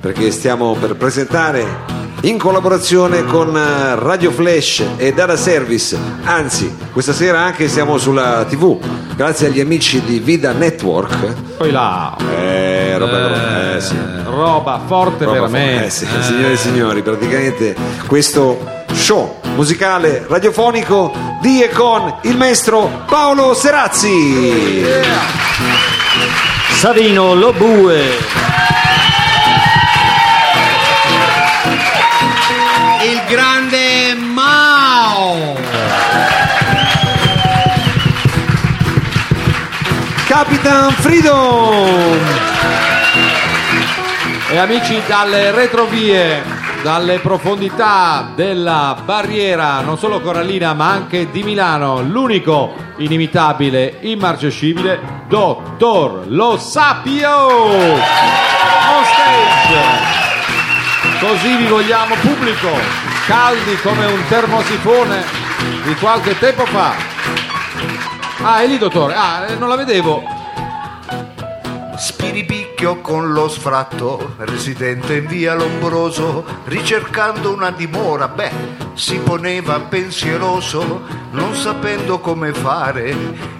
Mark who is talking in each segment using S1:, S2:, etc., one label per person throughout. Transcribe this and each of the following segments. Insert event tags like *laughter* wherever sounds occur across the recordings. S1: perché stiamo per presentare in collaborazione con eh, Radio Flash e Data Service, anzi questa sera anche siamo sulla TV, grazie agli amici di Vida Network.
S2: Poi là.
S1: Eh, roba, eh, sì.
S2: Roba forte
S1: Roba
S2: veramente.
S1: eh sì, Signore e signori, praticamente questo show musicale radiofonico di e con il maestro Paolo Serazzi.
S3: Savino Lobue.
S4: il grande Mao.
S1: Capitan Freedom!
S2: E amici dalle retrovie, dalle profondità della barriera, non solo corallina ma anche di Milano, l'unico inimitabile, immarcescibile, Dottor Lo Sapio! On stage! Così vi vogliamo pubblico, caldi come un termosifone di qualche tempo fa. Ah, è lì dottore, ah, eh, non la vedevo.
S5: Spiripicchio con lo sfratto, residente in via Lombroso, ricercando una dimora, beh, si poneva pensieroso, non sapendo come fare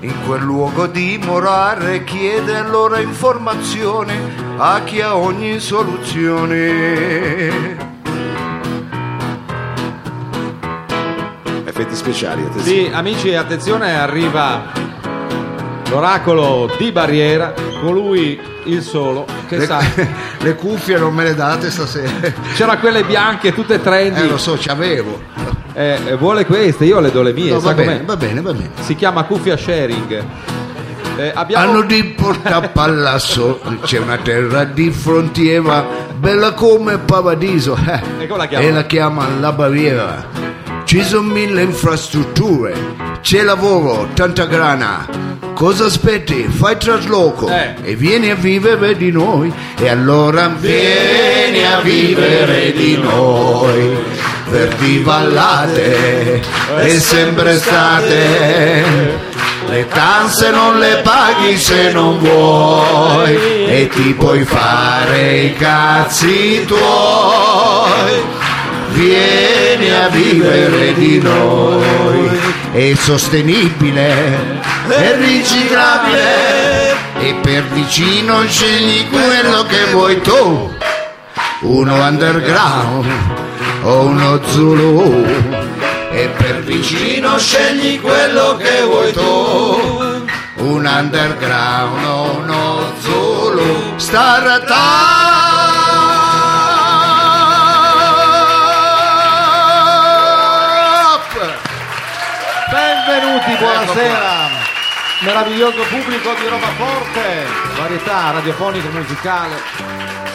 S5: in quel luogo dimorare, chiede allora informazione a chi ha ogni soluzione.
S1: Effetti speciali, attenzione.
S2: Sì, amici, attenzione, arriva l'oracolo di Barriera, colui il solo che
S5: *laughs*
S2: sa.
S5: Le cuffie non me le date stasera.
S2: C'era quelle bianche, tutte trendy.
S5: Eh, so, ci avevo.
S2: Eh, eh, vuole queste, io le do le mie. sa com'è?
S5: va bene, va bene.
S2: Si chiama cuffia sharing. Eh, abbiamo...
S5: Hanno di Porta Palazzo c'è una terra di frontiera, bella come Pavadiso, eh,
S2: E come la chiama?
S5: e la chiamano la Baviera. Ci sono mille infrastrutture, c'è lavoro, tanta grana. Cosa aspetti? Fai trasloco
S2: Eh.
S5: e vieni a vivere di noi. E allora vieni a vivere di noi. Verdi vallate e sempre estate. Le tasse non le paghi se non vuoi e ti puoi fare i cazzi tuoi. Vieni a vivere di noi, è sostenibile, è riciclabile e per vicino scegli quello che vuoi tu, uno underground o uno zulu. E per vicino scegli quello che vuoi tu, un underground o uno zulu. Star Top!
S2: Benvenuti, buonasera. Meraviglioso pubblico di roba forte, varietà radiofonica musicale,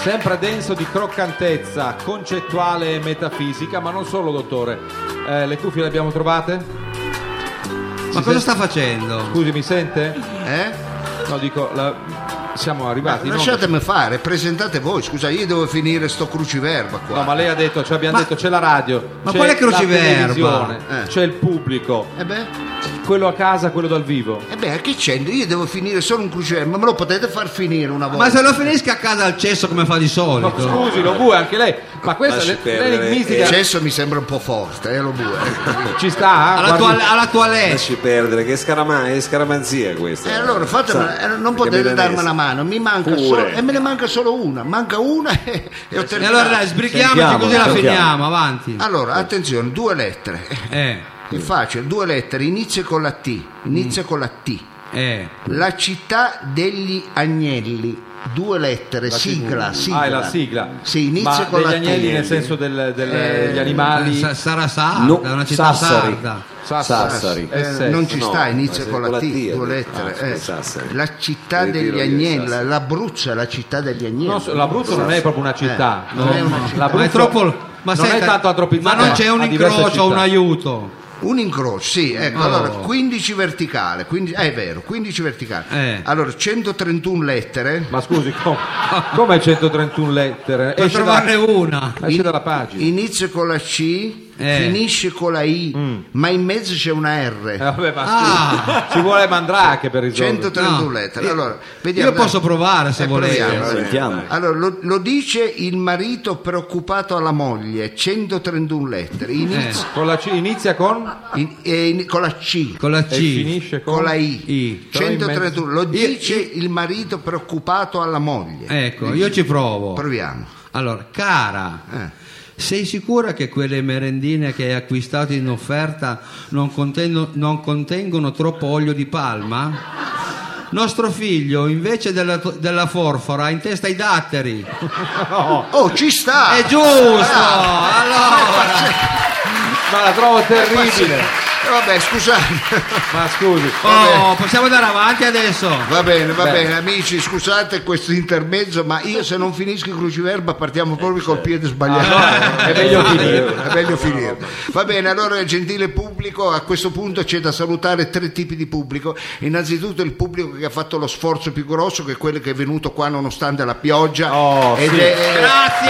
S2: sempre denso di croccantezza concettuale e metafisica, ma non solo, dottore. Eh, le cuffie le abbiamo trovate?
S4: Ma cosa sta facendo?
S2: Scusi, mi sente?
S5: Eh?
S2: No, dico, la- siamo arrivati. non-
S5: Lasciatemi fare, presentate voi, scusa, io devo finire sto cruciverba qua.
S2: No, ma lei ha detto, cioè abbiamo
S4: Ma-
S2: detto c'è la radio,
S4: ma
S2: c'è
S4: quale
S2: la
S4: cruciverba?
S2: televisione,
S5: Eh.
S2: c'è il pubblico,
S5: E Eh beh,
S2: quello a casa, quello dal vivo.
S5: eh beh, che c'entra? Io devo finire solo un cruciverba, me lo potete far finire una volta.
S4: Ma se lo finisca a casa al cesso come fa di
S2: No,
S4: solito.
S2: scusi, lo vuoi anche lei, ma questa
S1: Lasci
S2: le-
S1: perdere,
S2: l'enigmistica
S5: Eccesso mi sembra un po' forte, eh, lo bue.
S2: ci sta, eh,
S4: certo. Alla,
S2: guardi-
S4: tua, alla toilette.
S1: Lasci perdere, che scarama- è scaramanzia questa.
S5: E Eh. allora fatemela,
S1: Sa,
S5: eh, non
S1: che
S5: potete
S1: milanese.
S5: darmi una mano, mi manca
S1: Pure.
S5: solo, e me ne manca solo una, manca una *laughs* e, e ho
S4: E
S5: terminato.
S4: allora dai, sbrichiamoci
S1: Sentiamo,
S4: così la
S1: sentiamo.
S4: finiamo, avanti.
S5: Allora, attenzione, due lettere.
S4: Eh,
S5: È facile, due lettere, inizia con la T, inizia con la T.
S4: eh.
S5: La città degli agnelli, due lettere, sigla, sigla.
S2: Ah, è la sigla.
S5: Sì, inizia
S2: Ma
S5: con
S2: degli
S5: la
S2: agnelli
S5: T.
S2: nel senso del- del-
S5: Eh,
S2: degli animali.
S4: Sa- Sarà sarda,
S1: No,
S4: una città
S1: Sassari.
S4: sarda.
S2: Sassari.
S1: Sassari.
S2: Eh,
S5: Eh,
S2: sì.
S5: non ci
S1: no,
S5: sta, inizia
S1: ma se-
S5: con la T,
S1: ha
S5: due
S1: detto.
S5: lettere.
S1: Ah,
S5: eh.
S1: Sassari.
S5: La città
S1: Ritiro
S5: degli
S1: io,
S5: agnelli,
S1: Sassari.
S5: l'Abruzzo è la città degli agnelli.
S2: No, L'Abruzzo non è proprio una città,
S5: Eh, non è una città.
S2: L'Abruzzo
S4: Ma è troppo. Ma,
S2: non
S4: senta,
S2: è tanto antropizzato,
S4: ma non c'è un
S2: ha diverse
S4: incrocio, un
S2: città.
S4: aiuto.
S5: Un incrocio, sì, ecco,
S4: Oh.
S5: allora 15 verticale, quindi- eh, è vero, 15 verticale.
S4: Eh.
S5: Allora 131 lettere.
S2: Ma scusi, com- come 131 lettere?
S4: Per
S2: Esce,
S4: trovarne
S2: dalla-
S4: una.
S2: esce dalla pagina.
S5: Inizia con la C,
S4: Eh.
S5: finisce con la I, ma in mezzo c'è una R.
S2: Mm. Eh, vabbè, ma
S4: Ah.
S2: scusa, ci vuole mandrache per risolvere.
S5: 131
S4: No.
S5: lettere. Allora, vediamo,
S4: Io posso provare se
S5: Eh, proviamo,
S4: volete.
S5: allora.
S6: Sentiamo.
S5: Allora, lo, lo dice il marito preoccupato alla moglie, 131 lettere, inizia,
S2: Con la C- inizia con
S5: in- eh, in- con la C,
S4: Con la
S2: e
S4: C.
S2: finisce con,
S5: con la I,
S4: I.
S2: Però in
S5: 131, lo
S4: mezzo- Io-
S5: dice il marito preoccupato alla moglie.
S4: Ecco, io ci provo.
S5: Proviamo.
S4: Allora, cara, sei sicura che quelle merendine che hai acquistato in offerta non, contendo- non contengono troppo olio di palma? Nostro figlio, invece della, della forfora, ha in testa i datteri.
S5: Oh, ci sta!
S4: È giusto! Allora,
S2: Ma la trovo terribile.
S5: Eh, Vabbè, scusate.
S2: Ma scusi.
S4: oh, possiamo andare avanti adesso?
S5: Va bene, va
S2: Beh.
S5: bene, amici, scusate questo intermezzo, ma io se non finisco il cruciverba partiamo proprio col piede sbagliato. Eh,
S2: È meglio finire.
S5: È meglio finire. Va bene, allora gentile pubblico, a questo punto c'è da salutare tre tipi di pubblico. Innanzitutto il pubblico che ha fatto lo sforzo più grosso, che è quello che è venuto qua nonostante la pioggia.
S2: Oh, sì.
S4: Grazie!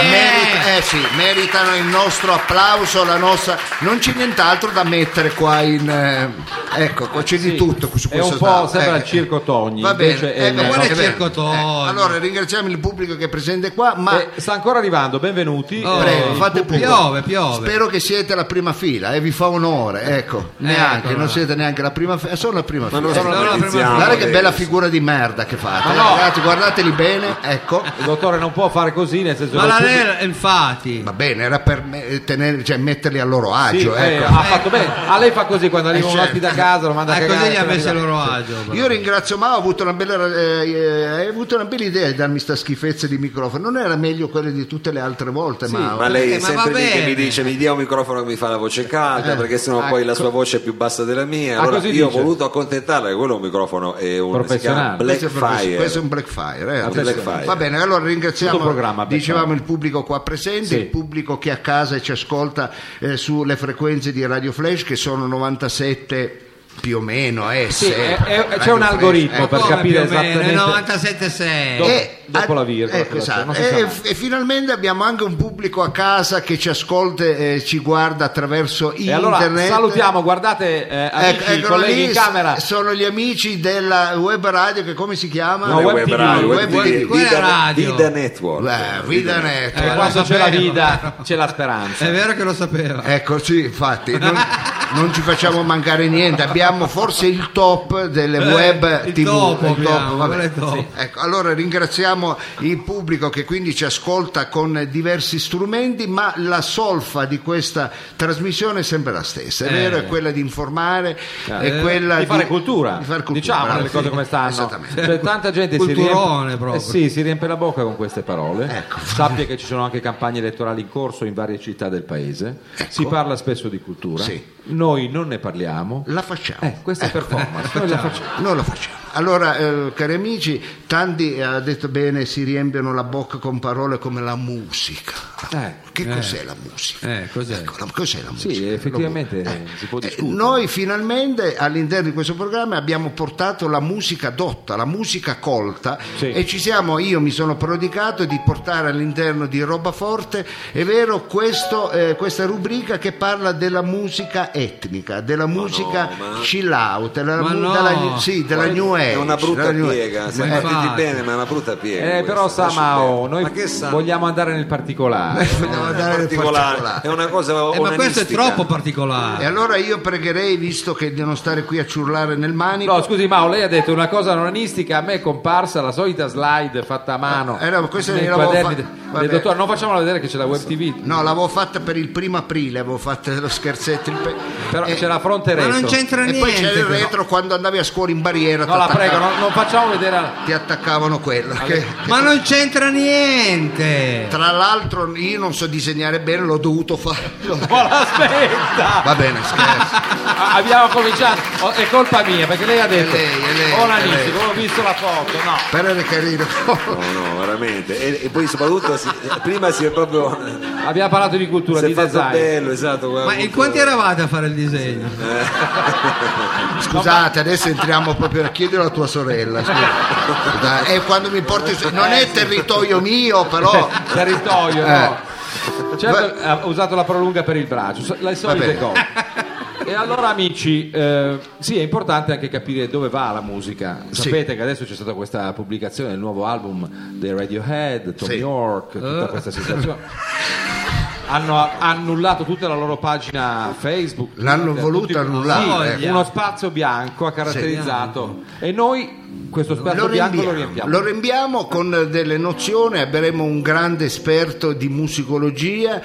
S5: merita- eh sì, meritano il nostro applauso, la nostra... Non c'è nient'altro da mettere qua in... eh, Ecco, qua c'è di tutto su
S2: È
S5: questo
S2: un po'
S5: tavolo.
S2: sembra
S5: Eh,
S2: il Circo Togni,
S5: Va
S2: invece
S5: bene,
S2: è
S5: eh,
S2: meno.
S5: beh,
S4: Guarda
S5: è
S4: il
S5: vero.
S4: Circo Togni.
S5: Eh, allora ringraziamo il pubblico che è presente qua, ma
S2: Eh, sta ancora arrivando, benvenuti.
S4: Oh,
S5: prego,
S2: Eh,
S5: fate pure.
S4: Piove, piove.
S5: Spero che siete la prima fila e vi fa onore,
S2: Eh.
S5: ecco, neanche, non siete neanche la prima fila, sono la prima fila.
S1: non
S5: Sono la Eh,
S4: sono
S5: prima
S4: la prima
S5: fila.
S1: fila.
S5: Guarda che bella figura di merda che fate,
S2: Ma
S5: eh,
S2: Ah, no.
S5: ragazzi, guardateli bene, ecco.
S2: Il dottore non può fare così, nel senso
S4: Ma
S2: che
S4: la
S2: il pubblico-
S4: nera, infatti.
S5: Va bene, era per me- tenere- cioè, metterli a loro
S2: Sì,
S5: agio,
S2: eh,
S5: ecco.
S2: ha fatto bene. A lei fa così quando arriva
S5: Eh,
S2: un
S5: certo.
S2: ospite da casa, lo manda a
S4: Eh,
S2: cagare.
S4: così gli ha
S2: se ne
S4: messo il
S2: va.
S4: loro agio. però.
S5: Io ringrazio Mao, ha avuto una bella, eh, eh, hai avuto una bella idea di darmi sta schifezza di microfono. Non era meglio quella di tutte le altre volte, Mao?
S1: Ma lei
S4: Eh,
S1: è
S4: ma
S1: sempre
S4: va
S1: lì che
S4: bene.
S1: mi dice mi dia un microfono che mi fa la voce
S5: Eh,
S1: calda perché sennò poi
S5: ecco.
S1: la sua voce è più bassa della mia.
S2: Ah,
S1: Allora
S2: così
S1: io ho
S2: dice?
S1: voluto accontentarla che quello è un microfono è un si chiama
S2: Professionale.
S1: Black
S5: questo, è proprio-
S1: Fire.
S5: questo è un Blackfire, eh, attenzione.
S1: Blackfire.
S5: Va bene, allora ringraziamo
S2: Ah, Tutto programma, Blackfire.
S5: dicevamo il pubblico qua presente,
S2: Sì.
S5: il pubblico che è a casa e ci ascolta eh, sulle frequenze di Radio Flash che sono 97 più o meno eh,
S2: Sì, è-
S5: sempre,
S2: è- c'è
S5: Radio
S2: un
S5: Flash,
S2: algoritmo
S5: eh.
S2: per
S4: Come
S2: capire
S4: più o meno,
S2: esattamente-
S4: 97,6.
S2: Dopo- dopo la virgola,
S5: ecco,
S2: quello
S5: esatto.
S2: che- non si
S5: E-
S2: sa
S5: e,
S2: mai.
S5: e finalmente abbiamo anche un pubblico a casa che ci ascolta e ci guarda attraverso
S2: E
S5: internet
S2: allora salutiamo, guardate eh, amici,
S5: Ecco, eccolo
S2: colleghi
S5: lì,
S2: in camera.
S5: sono gli amici della web radio che come si chiama?
S2: No,
S1: Non è
S2: web
S1: web
S2: TV,
S1: radio,
S5: web
S1: web
S5: TV.
S1: TV,
S4: Quella
S1: Vida-
S4: radio.
S1: Vida Network.
S5: Eh, Vida Net.
S4: Eh,
S2: E
S4: lo
S2: quando c'è la
S4: sapevo.
S2: vita c'è la speranza.
S4: È vero che lo sapeva.
S5: Ecco, sì, infatti, non, non ci facciamo mancare niente. Abbiamo forse il top delle
S4: Eh,
S5: web
S4: il
S5: TV.
S4: top abbiamo,
S5: vabbè.
S4: quello è il top.
S5: Sì. Ecco, allora ringraziamo il pubblico che quindi ci ascolta con diversi strumenti, ma la solfa di questa trasmissione è sempre la stessa. È vero, è quella di informare, è quella
S2: Eh, di fare cultura,
S5: di far cultura,
S2: diciamo
S5: bravo,
S2: le cose
S5: sì,
S2: come stanno.
S5: Esattamente.
S2: Cioè, tanta gente si
S4: Culturone
S2: riempie,
S4: proprio.
S2: eh sì, si riempie la bocca con queste parole.
S5: Ecco.
S2: Sappia che ci sono anche campagne elettorali in corso in varie città del paese. Si parla spesso di cultura.
S5: Ecco. Sì.
S2: Noi non ne parliamo.
S5: La facciamo.
S2: Eh, questa è performance. Noi la facciamo.
S5: Noi lo facciamo. Allora, eh, cari amici, tanti eh, ha detto bene, si riempiono la bocca con parole come la musica.
S2: Eh,
S5: Che cos'è la musica?
S4: Eh, cos'è?
S5: Ecco, la- cos'è la musica?
S2: sì, effettivamente eh, si può
S5: Eh,
S2: discutere.
S5: noi finalmente all'interno di questo programma abbiamo portato la musica dotta, la musica colta
S2: Sì.
S5: e ci siamo, io mi sono prodigato di portare all'interno di Roba Forte, è vero, questo, eh, questa rubrica che parla della musica etnica, della musica
S1: ma-
S5: chill out, della,
S4: Ma no.
S5: della- sì, della New Age.
S1: È una brutta
S5: della New Age. Eh,
S1: piega, se
S4: Ma
S1: capiti
S4: infatti.
S1: bene, ma è una brutta piega.
S2: Eh, però
S1: questa,
S2: sa
S1: lascia
S5: oh,
S2: Mao,
S1: perdere.
S2: noi
S1: ma che sa?
S2: vogliamo andare nel particolare.
S5: Vogliamo
S1: È
S5: dare
S1: particolare, è una cosa
S4: Eh, ma questo è
S1: onanistica.
S4: troppo
S5: E
S4: particolare.
S5: allora io pregherei, visto che di non stare qui a ciurlare nel manico,
S2: No, scusi Mao, lei ha detto una cosa nonanistica, a me è comparsa la solita slide fatta a mano.
S5: Eh, no, questa
S2: nei
S5: l'avevo
S2: quaderni
S5: fa-
S2: de- del
S5: vabbè.
S2: dottore, non facciamola vedere che c'è la web TV.
S5: No, l'avevo fatta per il primo aprile, avevo fatto lo scherzetto. Il pe-
S2: Però
S5: e-
S2: c'è la fronte
S4: Ma
S2: retro.
S4: non c'entra
S5: E
S4: niente.
S5: poi c'era il
S4: però.
S5: retro quando andavi a scuola in barriera.
S2: No, la
S5: t'attacca-
S2: prego, non, non facciamo vedere la- *laughs*
S5: Ti attaccavano quello. che-
S4: Ma non c'entra niente.
S5: tra l'altro io non so disegnare bene, l'ho dovuto fare. *laughs*
S2: Ma aspetta!
S5: Va bene, scherzo.
S2: A- Abbiamo cominciato, Oh, è colpa mia perché lei ha detto
S5: lei, è lei, è
S2: onanistico,
S5: lei.
S2: ho visto la foto, no.
S5: Però era carino.
S2: *laughs*
S1: No, no, veramente. E, e poi soprattutto si- prima si è proprio
S2: Abbiamo parlato di cultura,
S1: si è
S2: di
S1: fatto
S2: design.
S1: bello, esatto. guarda,
S4: Ma in
S1: molto-
S4: quanti eravate a fare il disegno?
S5: Scusate, adesso entriamo proprio a chiedere alla tua sorella. scusa. Scusa, E quando mi porti su- Non è territorio mio, però.
S2: Territorio,
S5: Eh,
S2: no. Certo, ha usato la prolunga per il braccio, so- le solite
S5: bene.
S2: cose. E allora amici, eh, sì, è importante anche capire dove va la musica.
S5: Sì.
S2: Sapete che adesso c'è stata questa pubblicazione del nuovo album dei Radiohead, Tom
S5: Sì.
S2: York, tutta
S4: Eh.
S2: questa situazione. Hanno annullato tutta la loro pagina Facebook.
S5: L'hanno
S2: Twitter,
S5: voluto
S2: tutti-
S5: annullare,
S2: Sì,
S5: eh.
S2: uno spazio bianco ha caratterizzato. E noi questo spazio
S5: Lo
S2: bianco lo
S5: rinviamo,
S2: riempiamo.
S5: lo rinviamo con delle nozioni, avremo un grande esperto di musicologia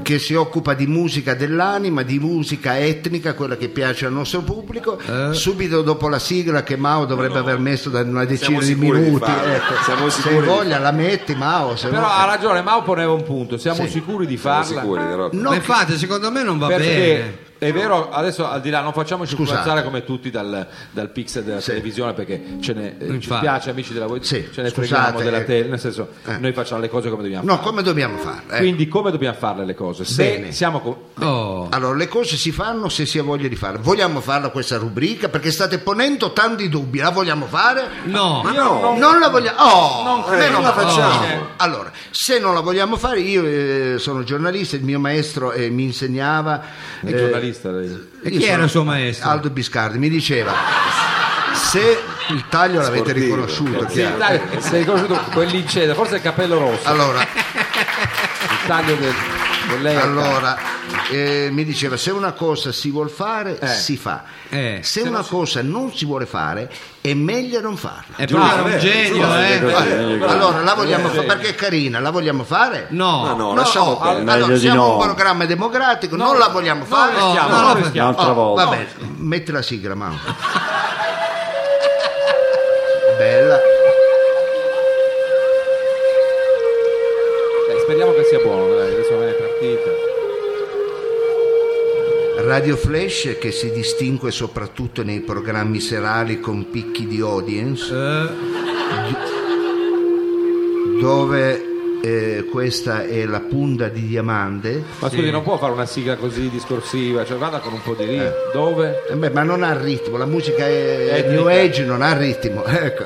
S5: che si occupa di musica dell'anima, di musica etnica, quella che piace al nostro pubblico,
S2: Eh?
S5: subito dopo la sigla che Mao dovrebbe aver messo da una decina
S1: Siamo
S5: di
S1: sicuri di
S5: minuti.
S1: farlo,
S5: ecco.
S1: siamo
S5: Se
S1: sicuri
S5: hai
S1: di
S5: voglia la metti Mao, se
S2: Però
S5: no-
S2: ha ragione, Mao poneva un punto, siamo
S5: Sì.
S2: sicuri di
S1: Siamo
S2: farla.
S1: sicuri, Rocco?
S5: No,
S4: Ma infatti, secondo me non va bene.
S2: perché è vero, adesso al di là non facciamoci
S5: Scusate.
S2: influenzare come tutti dal, dal pixel della televisione perché ce ne, eh, ci
S4: Infatti.
S2: piace amici della voi,
S5: Sì,
S2: ce ne
S5: scusate,
S2: freghiamo della
S5: eh.
S2: tele, nel senso
S5: Eh.
S2: noi facciamo le cose come dobbiamo
S5: no,
S2: fare.
S5: come dobbiamo fare? Ecco.
S2: Quindi come dobbiamo farle le cose? Se
S5: Bene.
S2: siamo con...
S4: Oh.
S5: Allora, le cose si fanno se si ha voglia di farle. Vogliamo farla questa rubrica? Perché state ponendo tanti dubbi. La vogliamo fare?
S4: No,
S1: Ma no,
S5: Non, la vogliamo. Oh,
S2: Non
S5: noi
S1: credo.
S5: non la facciamo.
S2: No.
S5: Allora, se non la vogliamo fare, io eh, sono giornalista, il mio maestro eh, mi insegnava.
S2: È
S5: eh,
S2: giornalista lei.
S4: E
S5: io
S4: chi era
S5: sono
S4: il suo maestro?
S5: Aldo Biscardi mi diceva. Se il taglio l'avete
S1: Sportivo,
S5: riconosciuto,
S1: sì,
S5: chiaro.
S2: Dai, sei riconosciuto quell'inceda, forse il capello rosso,
S5: Allora,
S2: il taglio del, del lei.
S5: Allora, eh, mi diceva, se una cosa si vuol fare,
S2: Eh.
S5: si fa.
S4: Eh,
S5: se una cosa non si vuole fare, è meglio non farla.
S4: è proprio
S2: Giusto,
S4: un
S2: vero,
S4: genio,
S1: giusto,
S4: eh.
S1: vero. Eh,
S5: Allora, allora, la vogliamo
S2: eh,
S5: fare,
S2: sì.
S5: perché è carina, la vogliamo fare?
S4: No,
S1: No,
S4: no,
S1: no, lasciamo
S5: oh,
S1: perdere.
S5: allora,
S7: meglio di
S5: siamo
S7: no.
S5: un programma democratico, non la vogliamo fare.
S4: no,
S2: Stiamo,
S4: no,
S2: non
S4: no,
S2: rischiamo.
S7: Un'altra
S5: Oh,
S7: volta.
S5: vabbè, metti la sigla, Mao. Bella.
S2: Dai, Cioè, speriamo che sia buono, dai, adesso è partita.
S5: Radio Flash che si distingue soprattutto nei programmi serali con picchi di audience.
S4: Eh,
S5: dove eh, questa è la punta di diamante.
S2: Ma scusi, non può fare una sigla così discorsiva, cioè vada con un po' di lì. Dove?
S5: Eh beh, ma non ha ritmo, la musica è
S2: Etnica.
S5: New Age non ha ritmo. *laughs* Ecco.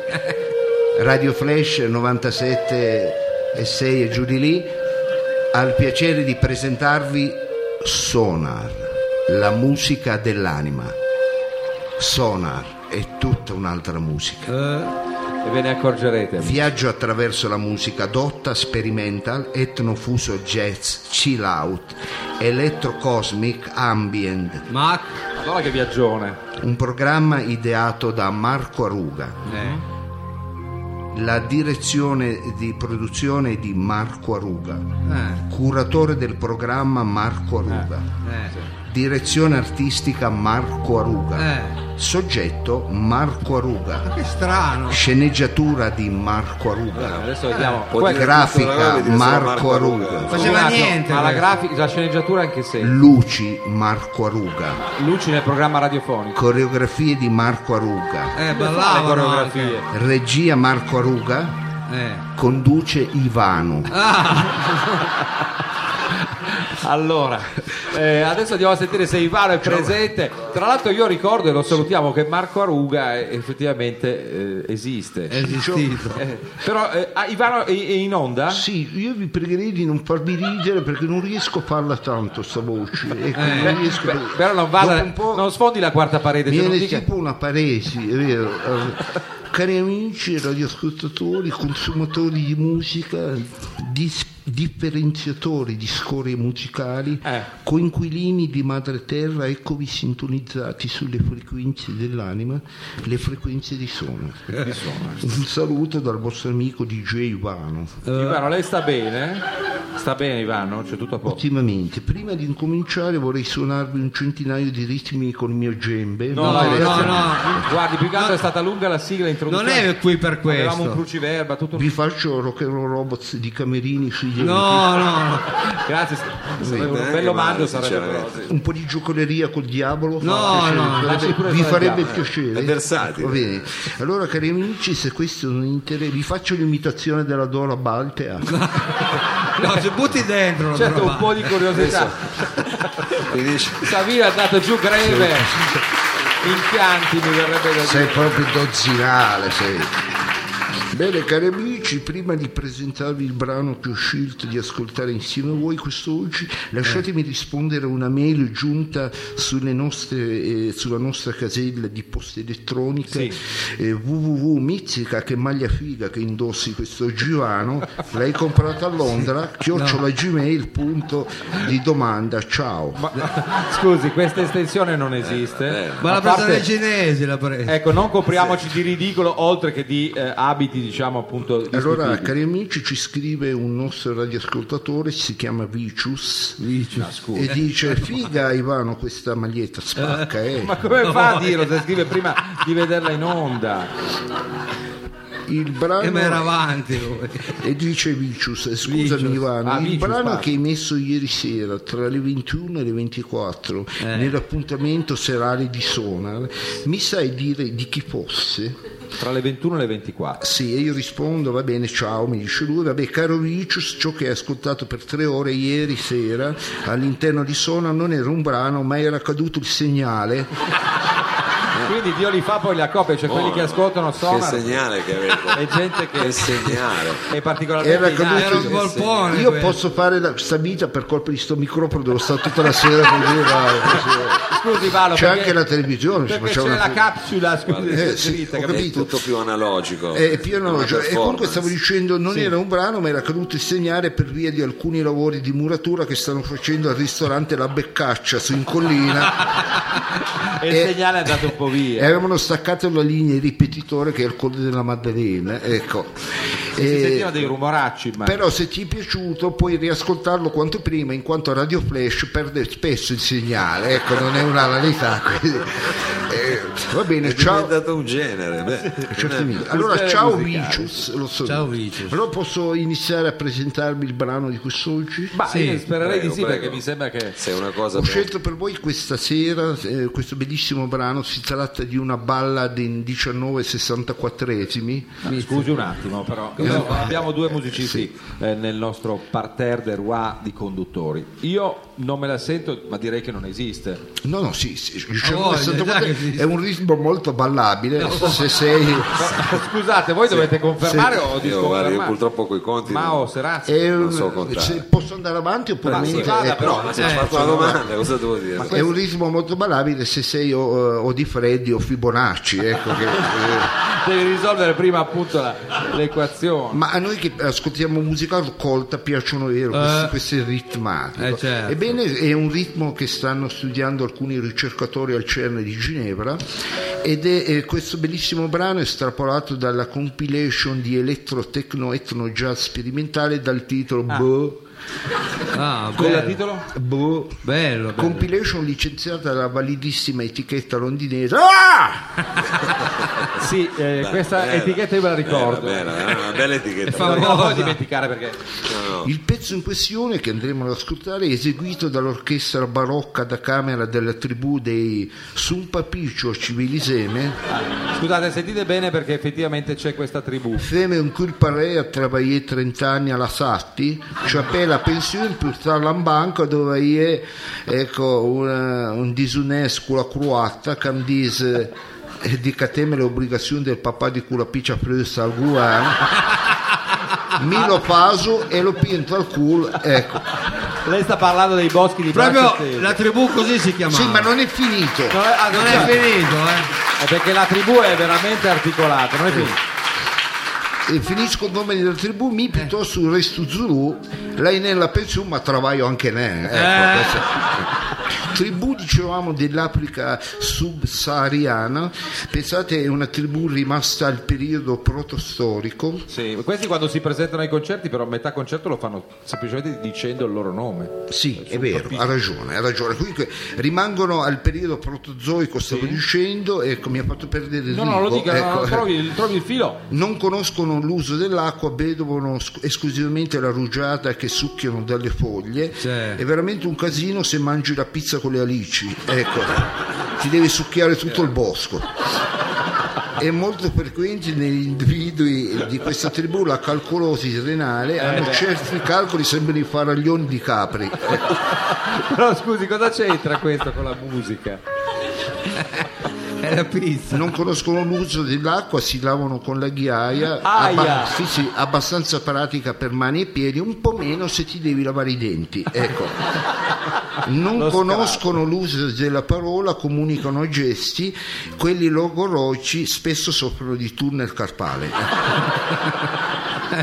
S5: Radio Flash 97 e 6 e giù di lì ha il piacere di presentarvi Sonar, la musica dell'anima. Sonar è tutta un'altra musica.
S4: eh,
S2: E ve ne accorgerete.
S5: Viaggio attraverso la musica dotta, sperimental, etnofuso jazz, chill out, electrocosmic ambient,
S4: ma
S2: Allora che viaggione.
S5: un programma ideato da Marco Aruga.
S4: eh,
S5: La direzione di produzione è di Marco Aruga,
S4: eh,
S5: curatore del programma Marco Aruga,
S4: eh,
S5: direzione artistica Marco Aruga,
S4: Eh.
S5: soggetto Marco Aruga,
S4: che strano. Eh,
S5: sceneggiatura di Marco Aruga,
S2: Adesso vediamo.
S1: Può dire tutto,
S5: grafica
S1: ragazzi, di essere
S5: Marco Aruga.
S4: Faceva
S2: Un attimo,
S4: niente
S2: Ma la
S4: questo.
S2: grafica, la sceneggiatura anche se.
S5: Luci Marco Aruga,
S2: Luci nel programma radiofonico.
S5: coreografie di Marco Aruga,
S4: Eh,
S2: Fa le
S4: ballavano
S2: coreografie.
S4: anche.
S5: regia Marco Aruga,
S4: Eh.
S5: conduce Ivano.
S2: Allora, eh, adesso andiamo a sentire se Ivano è presente. Tra l'altro io ricordo e lo salutiamo che Marco Aruga eh, effettivamente eh, esiste.
S4: È esistito.
S2: Eh, però eh, ah, Ivano è, è in onda?
S5: Sì, io vi pregherei di non farmi ridere perché non riesco a farla tanto sta voce. Ecco, non riesco
S2: Eh, Beh,
S5: a-
S2: però non,
S5: Dopo
S2: vada,
S5: un po'
S2: non sfondi la quarta parete. cioè non
S5: viene
S2: dica-
S5: tipo una paresi, è vero. Eh, Cari amici, radioascoltatori, consumatori di musica, dis- differenziatori di scorie musicali,
S2: Eh.
S5: coinquilini di madre terra, eccovi sintonizzati sulle frequenze dell'anima, le frequenze di sono.
S2: eh.
S5: Un saluto dal vostro amico DJ Ivano.
S2: Ivano, lei sta bene? Sta bene Ivano? C'è tutto a posto?
S5: Ottimamente, prima di incominciare vorrei suonarvi un centinaio di ritmi con il mio gembe.
S4: No,
S5: Non per-
S4: no, no.
S2: Guardi, più che altro è stata lunga la sigla
S4: Non
S2: introduttoria.
S4: è qui per
S2: Avevamo un
S4: questo.
S2: cruciverba, tutto un...
S5: Vi faccio rock and roll robots di Camerini sui denti.
S4: No, no, no.
S2: Grazie, sarebbe un
S1: neanche
S2: bello
S1: male,
S2: mando sarebbe
S1: sinceramente.
S2: però, sì.
S5: Un po' di giocoleria col diavolo
S4: No,
S5: Fa piacere,
S4: no,
S5: vi
S2: lasci
S5: farebbe-
S2: pure
S5: vi
S2: fare
S5: farebbe
S2: il diavolo,
S5: piacere.
S1: È versatile.
S5: Va bene. Allora, cari amici, se questo non interessa, vi faccio l'imitazione della Dora Baltea.
S4: No, se butti dentro lo
S2: Certo, un
S4: trova.
S2: po' di curiosità.
S1: Finisce.
S2: Savino è andato giù greve. Impianti mi verrebbe da dire.
S5: Sei proprio dozzinale, sei. Bene cari amici, prima di presentarvi il brano che ho scelto di ascoltare insieme a voi quest'oggi, lasciatemi rispondere a una mail giunta sulle nostre, eh, sulla nostra casella di posta elettronica
S2: Sì.
S5: eh, www mizzica che maglia figa che indossi questo Giovano, l'hai comprata a Londra, chiocciola gmail punto di domanda, ciao.
S2: Ma- scusi, questa estensione non esiste.
S4: Ma
S2: A
S4: la presa
S2: parte-
S4: dai cinesi l'ha presa.
S2: Ecco, non copriamoci di ridicolo oltre che di eh, abiti, diciamo appunto.
S5: Allora,
S2: discutibili.
S5: cari amici, ci scrive un nostro radioascoltatore, si chiama Vicius,
S2: Ah, scusi.
S5: e dice, figa Ivano questa maglietta spacca, eh.
S2: Ma come fa a dirlo se scrive prima di vederla in onda?
S5: Il
S4: E eh, ma era
S5: brano...
S4: avanti lui.
S5: E dice Vicius, eh, scusami
S4: Vicious.
S5: Ivano,
S2: Ah,
S5: il
S2: Vicious,
S5: brano
S2: pare.
S5: che hai messo ieri sera tra le 21 e le 24
S2: Eh.
S5: nell'appuntamento serale di Sonar, mi sai dire di chi fosse?
S2: Tra le 21 e le 24.
S5: Sì, e io rispondo, va bene, ciao, mi dice lui, vabbè, caro Vicius, ciò che hai ascoltato per tre ore ieri sera all'interno di Sona non era un brano, ma era caduto il segnale. Ah.
S2: Quindi Dio li fa poi la coppia, cioè quelli che ascoltano
S1: Oh. Che
S2: sonar
S1: segnale che
S2: *laughs*
S1: avete.
S2: e gente che
S1: Che segnale.
S2: è
S5: Era
S2: particolarmente in
S5: caduto-
S4: Era
S2: alto.
S4: un golpone.
S5: Io
S4: quello.
S5: posso fare la, sta vita per colpa di sto microfono, devo stare tutta la sera così. va, così.
S2: Ah, Scusi Valo,
S5: C'è
S2: perché-
S5: anche la televisione, si
S2: perché
S5: faceva
S2: c'è
S5: una
S2: la capsula, scusi,
S5: Eh, sì,
S2: scritta,
S5: ho
S2: capito?
S1: È
S5: capito.
S1: tutto più analogico.
S5: Eh, Pio
S1: Una
S5: Noggio, e comunque
S1: performance.
S5: stavo dicendo non era un brano ma era caduto il segnale per via di alcuni lavori di muratura che stanno facendo al ristorante La Beccaccia su in collina
S2: E
S5: Eh,
S2: il segnale è andato un po'
S5: e
S2: via.
S5: avevano staccato la linea di ripetitore che è il colle della Maddalena ecco
S2: Si
S5: Eh,
S2: sentivano dei rumoracci, ma
S5: però se ti è piaciuto puoi riascoltarlo quanto prima in quanto Radio Flash perde spesso il segnale ecco non è una rarità *laughs* quindi, eh, va bene
S1: È
S5: ciao
S1: diventato un genere. beh.
S5: Certamente. Allora, ciao
S2: musicale.
S5: Vicius, lo so.
S4: Ciao, Vicious.
S5: Allora posso iniziare a presentarvi il brano di quest'oggi?
S2: Ma
S4: Sì.
S2: io spererei
S1: Prego,
S2: di sì,
S1: prego.
S2: perché mi sembra che.
S1: Se è una cosa
S5: Ho
S1: per-
S5: scelto per voi questa sera eh, questo bellissimo brano, si tratta di una ballad in 1964esimi.
S2: Ah, Scusi un attimo, però abbiamo- abbiamo due musicisti eh, nel nostro parterre de roi di conduttori. Io non me la sento, ma direi che non esiste.
S5: No, no, sì, sì, il
S4: voglia, già che
S5: 1964
S4: esiste.
S5: è un ritmo molto ballabile, se sei...
S1: Ah,
S2: *laughs* Scusate, voi dovete confermare o
S1: Io, guarda, io
S2: disconfermare?
S1: purtroppo coi conti.
S2: Ma o
S1: non-
S2: Serazzi?
S5: è un-
S1: Non so contare.
S5: se posso andare avanti oppure
S2: Ma sì,
S5: niente?
S2: vada,
S5: Ecco.
S2: però,
S1: Ma
S2: ma
S1: Eh, se ho fatto una domanda, cosa devo dire?
S5: È un ritmo molto ballabile se sei o, eh, o di Freddi o Fibonacci, ecco che... eh,
S2: Devi risolvere prima appunto la- l'equazione.
S5: Ma a noi che ascoltiamo musica colta piacciono vero questi,
S4: Eh.
S5: questi ritmatiche.
S4: Eh, certo.
S5: Ebbene, è un ritmo che stanno studiando alcuni ricercatori al CERN di Ginevra ed è, eh, questo bellissimo brano è estrapolato dalla compilation di Electro Techno Etno Jazz sperimentale dal titolo Boh,
S4: Ah,
S2: Col
S4: bello.
S2: titolo?
S5: Boh.
S4: Bello, bello.
S5: Compilation licenziata dalla validissima etichetta londinese. Ah!
S2: Sì, eh, questa
S1: bella.
S2: etichetta io me la ricordo.
S1: Bella, bella, Eh, era una bella etichetta.
S4: fa-
S2: Non la voglio
S4: Famosa.
S2: dimenticare perché
S5: Il pezzo in questione che andremo ad ascoltare è eseguito dall'orchestra barocca da camera della tribù dei Sumpapiccio Civiliseme,
S2: Scusate, sentite bene perché effettivamente c'è questa tribù.
S5: feme un cui parei a travagliare 30 anni alla Satti, cioè la pensione più stare in banca dove è ecco, una- un disunesco la croata che mi dice eh, di catene le obbligazioni del papà di cui la piccia presa al guano, mi lo paso e lo pinto al culo, ecco.
S2: Lei sta parlando dei boschi di
S4: Proprio
S2: Bracciatese.
S4: la tribù così si chiamava.
S5: Sì, ma non è finito.
S2: Non è, ah,
S4: Non è finito, eh.
S2: È perché la tribù è veramente articolata, non è finita.
S5: e finisco il nome della tribù
S2: Eh.
S5: mi piuttosto il resto Zulu lei nella pensione ma travaglio anche ne
S2: Eh.
S5: ecco, questo- tribù dicevamo dell'Africa subsahariana pensate è una tribù rimasta al periodo protostorico
S2: Sì, questi quando si presentano ai concerti, però a metà concerto lo fanno semplicemente dicendo il loro nome.
S5: Sì, è vero, ha ragione, ha ragione. Comunque rimangono al periodo protozoico, stavo dicendo, ecco, mi ha fatto perdere il
S2: No, no, lo
S5: rigo,
S2: dica,
S5: ecco.
S2: no, trovi, trovi il filo.
S5: non conoscono l'uso dell'acqua, bevono sc- esclusivamente la rugiada che succhiano dalle foglie.
S4: Sì.
S5: È veramente un casino se mangi la pizza con le alici. Ecco, ti devi succhiare tutto il bosco. È molto frequente negli individui di questa tribù la calcolosi renale, hanno certi calcoli sembrano i faraglioni di capri.
S2: Però scusi, cosa c'entra questo con la musica?
S4: È la pizza. *laughs*
S5: Non conoscono l'uso dell'acqua, si lavano con la ghiaia,
S8: Aia.
S5: abba- sì, sì, abbastanza pratica per mani e piedi, un po' meno se ti devi lavare i denti. Ecco. Non conoscono l'uso della parola, comunicano gesti, quelli logoroci spesso soffrono di tunnel carpale.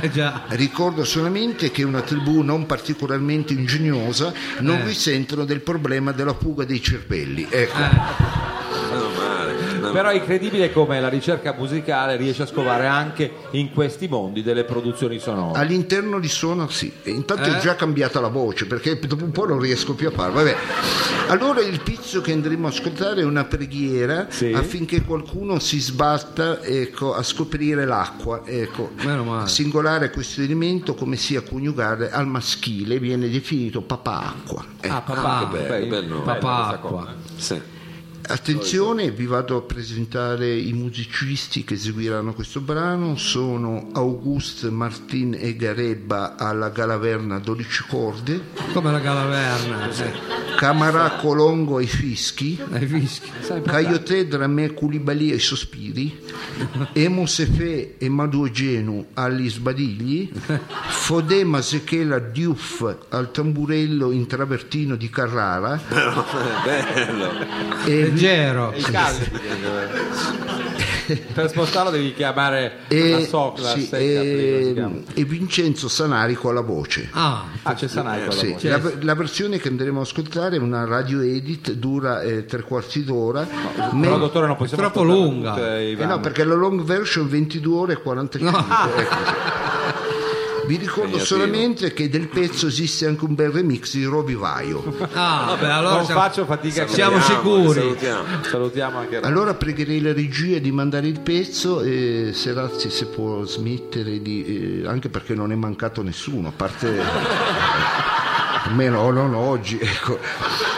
S4: Eh già.
S5: Ricordo solamente che una tribù non particolarmente ingegnosa non risentono del problema della fuga dei cervelli. Ecco.
S1: Meno male. No.
S2: Però è incredibile come la ricerca musicale riesce a scovare anche in questi mondi delle produzioni
S5: Ah,
S2: sonore.
S5: All'interno di suono sì, E intanto
S4: Eh?
S5: è già cambiata la voce perché dopo un po' non riesco più a farlo. Vabbè. Allora il pizzo che andremo a ascoltare è una preghiera
S2: Sì.
S5: affinché qualcuno si sbatta ecco, a scoprire l'acqua. Ecco.
S4: Meno male.
S5: Singolare questo elemento come sia coniugare al maschile, viene definito papà acqua. Ecco.
S2: Ah, papà,
S1: che bello, bello nome.
S4: Papà
S2: questa cosa.
S4: acqua.
S1: Sì.
S5: Attenzione, vi vado a presentare i musicisti che eseguiranno questo brano, sono Auguste Martin e Garebba alla Galaverna 12 corde,
S4: Come la galaverna. eh.
S5: Camarà Colongo ai fischi,
S4: Ai fischi.
S5: Caioté Dramè Culibali ai sospiri, Emo Sefè e Maduro Genu agli sbadigli, Fodè Masechela Diouf al tamburello in travertino di Carrara
S1: Però, eh, bello.
S5: e
S4: Leggero.
S2: I caldi. per spostarlo devi chiamare la Socla
S5: sì, ehm,
S2: secca, prima si
S5: e-
S2: chiama.
S5: e Vincenzo Sanarico alla voce.
S4: Ah,
S2: Ah, c'è Sanai con la
S5: Sì,
S2: voce.
S5: la, la versione che andremo a ascoltare è una radio edit, dura eh, tre quarti d'ora. me-
S2: Però dottore non possiamo
S4: È troppo
S2: ascoltare
S4: lunga.
S2: tutte i
S5: eh no,
S2: vanni.
S5: perché la long version 22 ore e 45. ecco. Vi ricordo
S1: Impegnativo.
S5: solamente che del pezzo esiste anche un bel remix di Roby Vaio.
S4: ah, beh, allora
S2: non
S4: siamo-
S2: faccio fatica a
S4: Siamo
S2: capire.
S1: Salutiamo,
S4: sicuri.
S1: Salutiamo.
S2: Salutiamo anche la-
S5: Allora pregherei la regia di mandare il pezzo e Serazzi se può smettere di... eh, anche perché non è mancato nessuno, a parte... almeno non oggi, ecco.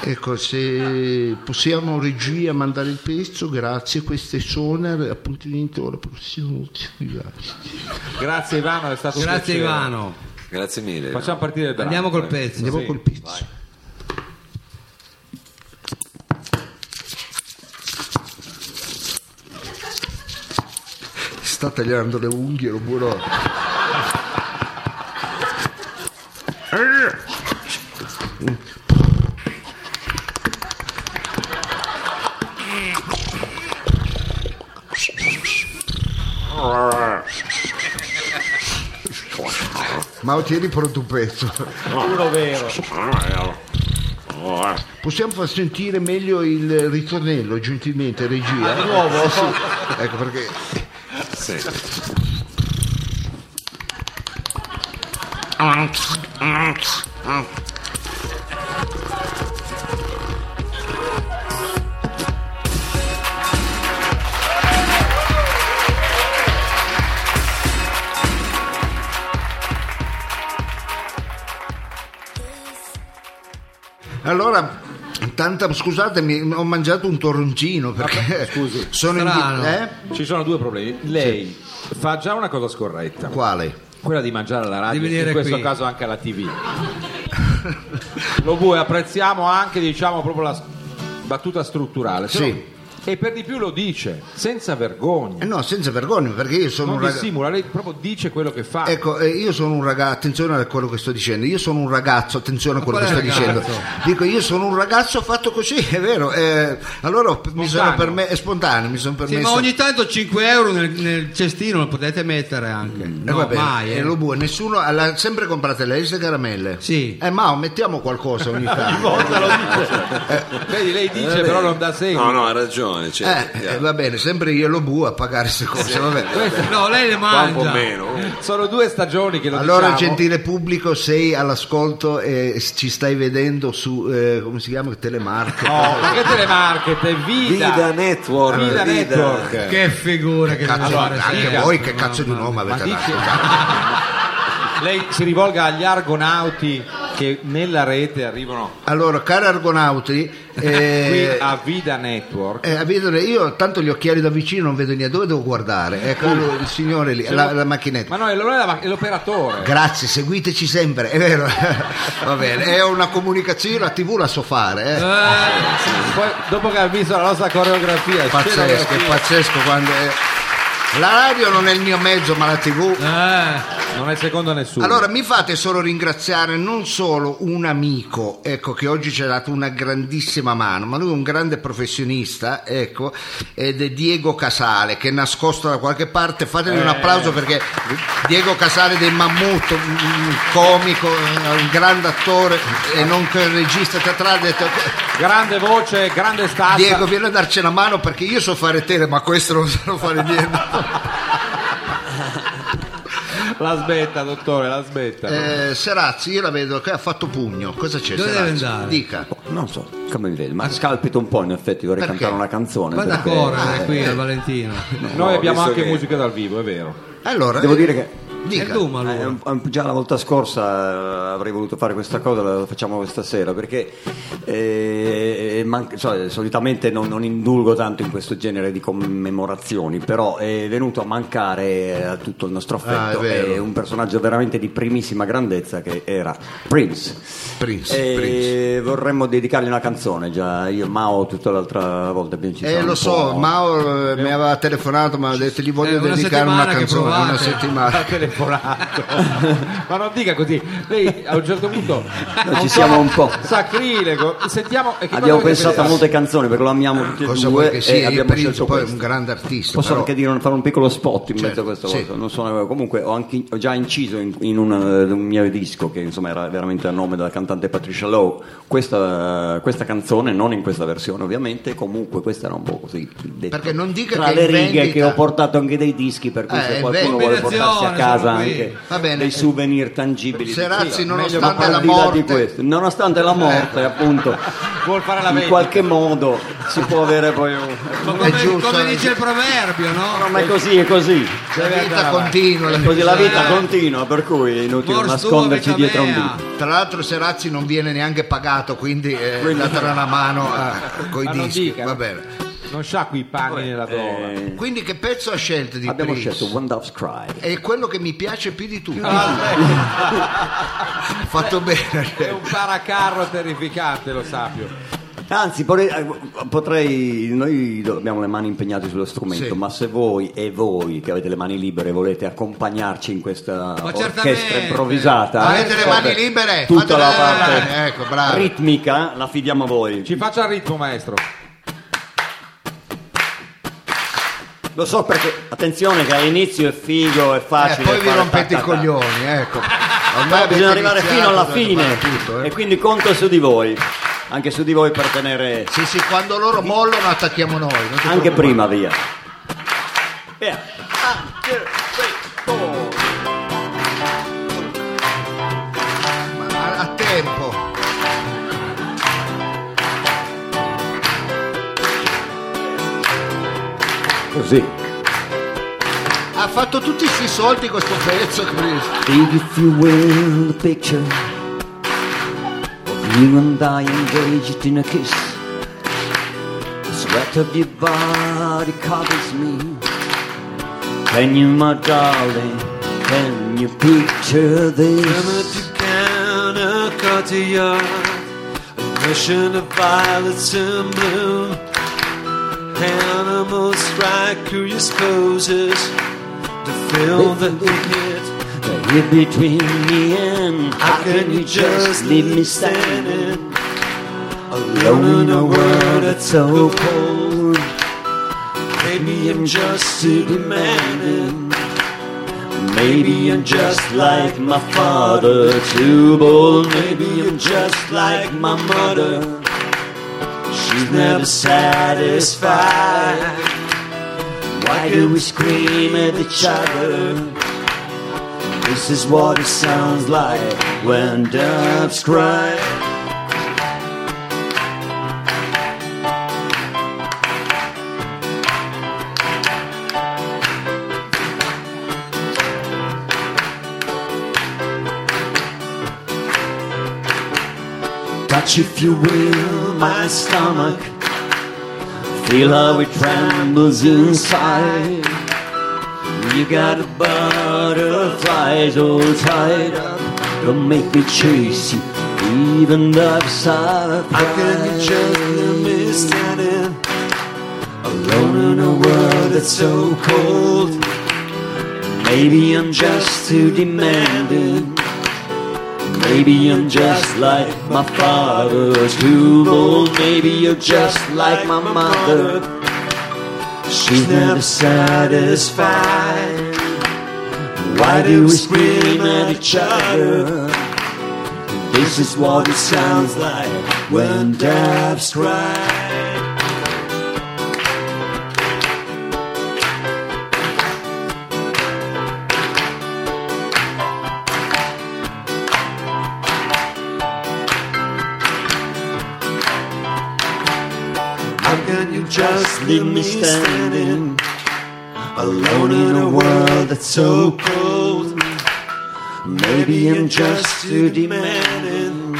S5: Ecco, se possiamo regia mandare il pezzo, grazie, questo è Sonar, appuntamento alla prossima.
S2: Grazie Ivano, è stato un
S4: Grazie
S2: piacere.
S4: Ivano.
S1: Grazie mille.
S2: Facciamo partire il brano.
S4: Andiamo col pezzo.
S5: Andiamo
S2: Sì,
S5: col pezzo. Sta tagliando le unghie, lo buono. Ma tieni pronto un pezzo.
S2: Uno vero.
S5: Possiamo far sentire meglio il ritornello, gentilmente,
S4: Ah,
S5: regia?
S2: Di nuovo?
S5: Ecco perché
S1: Sì.
S5: Allora, tanta, scusatemi, ho mangiato un torroncino perché *laughs* sono
S4: Ah, Strano.
S5: in eh?
S2: Ci sono due problemi. Lei fa già una cosa scorretta.
S5: eh? Quale?
S2: Quella di mangiare alla radio,
S4: Di venire
S2: in questo
S4: qui.
S2: caso anche alla TV. Lo vuoi, apprezziamo anche diciamo proprio la s- battuta strutturale. Se
S5: Sì.
S2: no- E per di più lo dice, senza vergogna.
S5: Eh no, senza vergogna, perché io sono
S2: Non
S5: un ragazzo.
S2: dissimula, lei proprio dice quello che fa.
S5: Ecco, eh, io sono un ragazzo, attenzione a quello che sto dicendo, io sono un ragazzo, attenzione a quello che
S4: qual
S5: sto
S4: è il
S5: dicendo.
S4: ragazzo?
S5: Dico, io sono un ragazzo fatto così, *laughs* è vero. eh, allora ho- mi sono
S2: Spontaneo.
S5: per me, è spontaneo, mi sono
S4: Sì,
S5: permesso.
S4: ma ogni tanto 5 euro nel, nel cestino lo potete mettere anche.
S5: Eh,
S4: No,
S5: vabbè,
S4: mai.
S5: eh,
S4: eh.
S5: lo buo- nessuno, alla- sempre comprate lei queste caramelle.
S4: Sì.
S5: Eh, ma mettiamo qualcosa ogni tanto.
S2: Volta lo dice. Vedi, lei dice, però non dà seguito.
S1: Eh, No, no, ha ragione.
S5: Eh,
S1: Cioè,
S5: eh, va bene, sempre io e lo buo a pagare queste cose, va bene.
S4: No, lei le
S1: Qua un po'
S4: mangia.
S1: meno.
S2: Sono due stagioni che lo
S5: Allora,
S2: diciamo.
S5: gentile pubblico, sei all'ascolto e ci stai vedendo su eh, come si chiama Telemark.
S2: No, Oh, ma che telemarket, è vida.
S1: Vida Network.
S2: Vida Network.
S8: Eh,
S4: Che figura che deve
S5: Cazzo,
S4: fare
S5: anche
S4: sempre.
S5: voi che
S4: Mamma
S5: cazzo di
S4: mia.
S5: nome
S2: Ma *laughs*
S5: avete
S2: dici-
S5: dato?
S2: Lei si rivolga agli argonauti che nella rete arrivano
S5: Allora, cari argonauti,
S2: qui
S5: eh,
S2: a Vida Network.
S5: eh, a vedere, io tanto gli occhiali da vicino non vedo niente, dove devo guardare? Ecco il signore lì, la, la macchinetta.
S2: Ma no, è l'ora della ma- è l'operatore.
S5: Grazie, seguiteci sempre, è vero. *laughs* Va bene, è una comunicazione, io la TV la so fare, eh.
S2: Poi, dopo che ha visto la nostra coreografia,
S5: È pazzesco, è
S2: scenografia,
S5: pazzesco quando è... La radio non è il mio mezzo, ma la TV.
S2: non è secondo nessuno.
S5: Allora mi fate solo ringraziare non solo un amico, ecco, che oggi ci ha dato una grandissima mano, ma lui è un grande professionista, ecco, ed è Diego Casale, che è nascosto da qualche parte. Fatemi
S4: Eh.
S5: un applauso perché Diego Casale dei Mammut, un un comico, un grande attore e non che regista teatrale. ha detto,
S2: Grande voce, grande
S4: Ah,
S2: stazza.
S5: Diego, vieni a darci una mano perché io so fare tele, ma questo non so
S4: *laughs*
S5: fare niente.
S2: La smetta, dottore, la smetta.
S5: Eh, Serazzi, io la vedo che ha fatto pugno. Cosa c'è?
S4: Dove
S5: Serazzi?
S4: deve andare?
S5: Dica.
S8: Non so come mi vedo, ma scalpito un po'. In effetti, vorrei
S5: Perché?
S8: cantare una canzone.
S4: Vada a
S8: perché,
S4: correre
S8: eh,
S4: qui al Valentino.
S2: Noi
S1: no,
S2: abbiamo
S1: visto
S2: anche
S1: che-
S2: musica dal vivo, è vero.
S5: Allora,
S8: Devo
S5: eh,
S8: dire che
S4: È
S5: dica.
S4: Duma lui.
S8: eh, un- un- già la volta scorsa eh, avrei voluto fare questa cosa, la facciamo questa sera perché eh, man- cioè, solitamente non, non indulgo tanto in questo genere di commemorazioni, però è venuto a mancare eh, a tutto il nostro
S5: Ah, è
S8: affetto
S5: vero.
S8: eh, un personaggio veramente di primissima grandezza che era Prince.
S5: Prince,
S8: E
S5: Prince.
S8: vorremmo dedicargli una canzone già io e Mao tutta l'altra volta abbiamo ci
S5: Eh, lo so, Mauro eh, mi aveva telefonato, mi aveva detto gli voglio
S4: Eh, una
S5: dedicare una
S4: settimana che
S5: canzone,
S4: provate.
S5: una settimana.
S2: Ha telefonato. Ma non dica così. Lei a un certo punto ha
S8: ci
S2: un
S8: siamo
S2: tono
S8: un po'.
S2: Sacrilego. Sentiamo e che
S8: abbiamo
S2: cosa avete
S8: pensato a
S2: pensato?
S8: molte canzoni perché lo amiamo tutti e
S5: Ah, Cosa
S8: due
S5: vuoi che
S8: e
S5: sia? Io
S8: abbiamo
S5: Prince
S8: scelto
S5: poi è
S8: questo
S5: un grande artista.
S8: Posso
S5: però-
S8: anche dire, fare un piccolo spot in mezzo
S5: Certo,
S8: a questo
S5: sì.
S8: cosa. Non sono- comunque ho anche, ho già inciso in, in un, eh, un mio disco che insomma era veramente a nome della cantante Patricia Lowe questa, questa canzone, non in questa versione ovviamente, comunque questa era un po' così. detto
S5: Perché non dica
S8: tra
S5: che
S8: le
S5: in
S8: righe che
S5: vendita-
S8: ho portato anche dei dischi per cui
S5: Eh,
S8: se
S5: in
S8: qualcuno
S5: vendita-
S8: vuole portarsi a
S4: Combinazione,
S8: casa
S4: sono qui.
S8: anche
S5: Va bene.
S8: dei souvenir tangibili. di
S5: Serazzi,
S8: questo.
S5: nonostante
S8: Meglio
S5: la
S8: al di là di
S5: morte-
S8: questo. nonostante la morte
S5: *laughs*
S8: appunto,
S2: Vuol fare la
S8: in
S2: vendita.
S8: qualche modo si può avere poi un...
S4: Ma
S5: È
S4: come,
S5: giusto,
S4: come
S5: eh.
S4: dice il proverbio, no?
S8: No, ma è così, è così.
S5: La
S2: Deve andare
S5: vita
S2: avanti.
S5: continua. la-
S8: Così la vita
S4: Eh.
S8: continua, per cui è inutile
S4: Mors tua,
S8: nasconderci
S4: vita
S8: dietro un
S4: mea.
S8: dito.
S5: Tra l'altro Serazzi non viene neanche pagato, quindi eh, datela una mano a- coi
S2: Ma non
S5: dischi.
S2: dica.
S5: Va bene.
S2: Non sciacqui i panni nella donna.
S8: Eh,
S5: Quindi che pezzo ha scelto di
S8: abbiamo
S5: Prince?
S8: scelto One Dove's Cry.
S5: È quello che mi piace più di tutti.
S2: Ah,
S5: Fatto
S2: È
S5: bene.
S2: un paracarro terrificante, lo sappio.
S8: Anzi, vorrei- eh, potrei, noi abbiamo le mani impegnate sullo strumento,
S5: Sì.
S8: ma se voi e voi che avete le mani libere volete accompagnarci in questa orchestra
S4: certamente.
S8: improvvisata,
S5: Avete le
S8: eh,
S5: mani
S8: beh,
S5: libere,
S8: tutta
S5: fatele
S8: la
S5: ballare,
S8: parte
S5: ecco, bravo.
S8: ritmica la fidiamo a voi.
S2: Ci faccia il ritmo, maestro.
S8: Lo so perché, attenzione, che all'inizio è figo, è
S5: Eh,
S8: facile.
S5: poi vi
S8: fare
S5: rompete
S8: ta,
S5: i
S8: ta, ta.
S5: coglioni, ecco.
S8: Però
S5: Ormai
S8: bisogna
S5: avete
S8: arrivare fino
S5: iniziato,
S8: alla
S5: dovete
S8: fine
S5: fare tutto, eh.
S8: e quindi conto su di voi, anche su di voi per tenere
S5: Sì, sì, quando loro mollano attacchiamo noi. non ti
S8: anche
S5: preoccupare.
S8: prima via. Via. One, two, three, four.
S5: Ma a, a tempo.
S8: Così.
S5: Ha fatto tutti questi soldi questo pezzo, Chris.
S8: If you will, the picture of you and I engaged in a kiss. The sweat of your body covers me. Can you, my darling, can you
S9: Summer
S8: picture this?
S9: to Canada, courtyard, a mission of violets in bloom. Animals strike curious poses to fill the hit.
S8: Here between me and how can you just leave me standing alone in a world that's so cold?
S9: Maybe I'm just too demanding.
S8: Maybe I'm just like my father, too bold. Maybe I'm just like my mother. She's never satisfied. Why do we scream at each other? This is what it sounds like when doves cry. Touch, if you will, my stomach. Feel how it trembles inside. You got butterflies all tied up. Don't make me chase you, even though I've sacrificed.
S9: How can you just let me stand in
S8: alone in a world that's so cold? Maybe I'm just too demanding. Maybe I'm just like my father's too old. Maybe you're just like my mother. She's never satisfied. Why do we scream at each other? This is what it sounds like when doves cry.
S9: How can you just
S8: Leave
S9: leave
S8: me
S9: me standing
S8: standing alone in a world that's so cold. Maybe I'm just too demanding.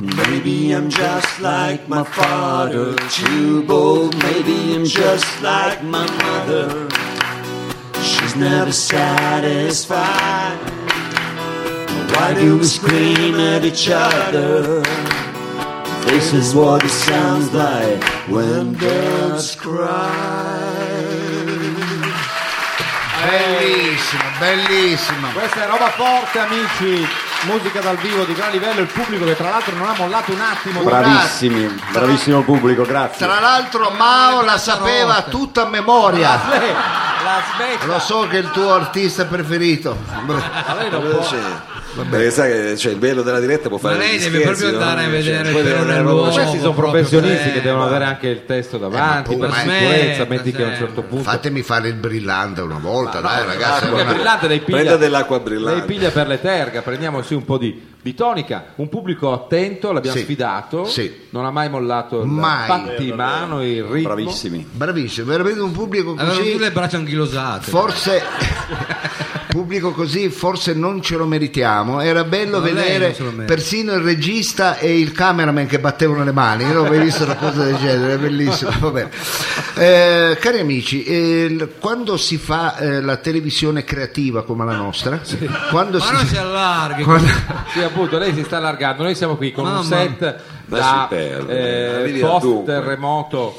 S8: Maybe I'm just like my father, too bold. Maybe I'm just like my mother. She's never satisfied. Why do we scream at each other? This is what it sounds like when doves cry.
S5: Bellissima, bellissima.
S2: Questa è roba forte amici, musica dal vivo di gran livello, il pubblico che tra l'altro non ha mollato un attimo.
S5: Bravissimi,
S1: bravissimo pubblico, grazie.
S5: Tra l'altro Mao la sapeva tutta a memoria.
S2: *laughs* Eh, La smetta.
S5: Lo so che è il tuo artista preferito.
S1: Perché sai che cioè, il bello della diretta può fare
S4: Ma lei
S1: gli
S4: deve
S1: scherzi,
S4: proprio
S1: no?
S4: andare
S1: Cioè,
S4: a
S1: poi
S4: vedere il
S1: devono
S4: terreno
S1: andare-
S4: nuovo.
S2: Questi Cioè, sono
S4: proprio
S2: professionisti
S4: bello.
S2: che devono avere anche il testo davanti, per
S5: Eh, ma eh,
S2: sicurezza,
S4: smetta,
S2: metti che a un certo
S4: sempre.
S2: punto...
S5: Fatemi fare il brillante una volta, dai ragazzi.
S2: L'acqua
S5: una-
S2: brillante lei piglia,
S1: Prenda dell'acqua
S2: lei
S1: brillante.
S2: piglia per le terga, prendiamoci un po' di, di tonica. Un pubblico attento, l'abbiamo
S5: Sì.
S2: sfidato,
S5: Sì.
S2: non ha mai mollato il
S5: Mai.
S2: patti in mano, il ritmo.
S1: Bravissimi.
S5: Bravissimo, veramente un pubblico
S4: Avevano tutte
S5: così.
S4: le braccia anchilosate.
S5: Forse pubblico così, forse non ce lo meritiamo. Era bello
S4: No, lei
S5: vedere
S4: non se lo merita.
S5: persino il regista e il cameraman che battevano le mani. Io non ho mai visto una cosa del genere, è bellissimo. Vabbè. Eh, cari amici, eh, l- quando si fa eh, la televisione creativa come la nostra, quando
S4: Ma non
S5: si
S4: si allarghi.
S2: Sì, appunto, lei si sta allargando. Noi siamo qui con
S4: Mamma.
S2: un set da
S1: Lasci perdere,
S2: eh,
S1: arrivi al
S2: post
S1: dunque.
S2: terremoto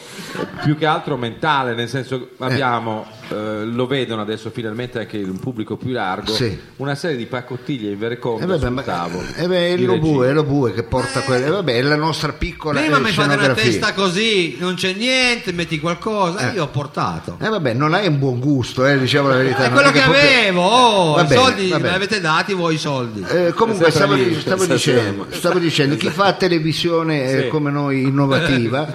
S2: più che altro mentale, nel senso abbiamo eh, lo vedono adesso finalmente anche un pubblico più largo,
S5: Sì.
S2: una serie di pacottiglie in
S5: E
S2: vereconto
S5: vabbè,
S2: sul
S5: ma-
S2: tavolo.
S5: eh beh, è
S2: di
S5: lo
S2: regia.
S5: bue, è lo bue che porta quello. eh, vabbè, è la nostra piccola
S4: Prima
S5: eh,
S4: mi fate una
S5: scenografia.
S4: testa così, non c'è niente, metti qualcosa, io ho portato.
S5: Eh vabbè, non hai un buon gusto, eh, diciamo la verità.
S4: È
S5: non
S4: quello che
S5: proprio-
S4: avevo, oh,
S5: Va
S4: i
S5: bene,
S4: soldi
S5: va
S4: me
S5: bene.
S4: li avete dati voi i soldi.
S5: Eh, comunque
S2: Sempre
S5: stavo,
S2: lì,
S5: stavo
S1: stasera.
S5: dicendo, stavo dicendo, chi fa televisione eh,
S2: Sì.
S5: come noi
S2: *laughs*
S5: innovativa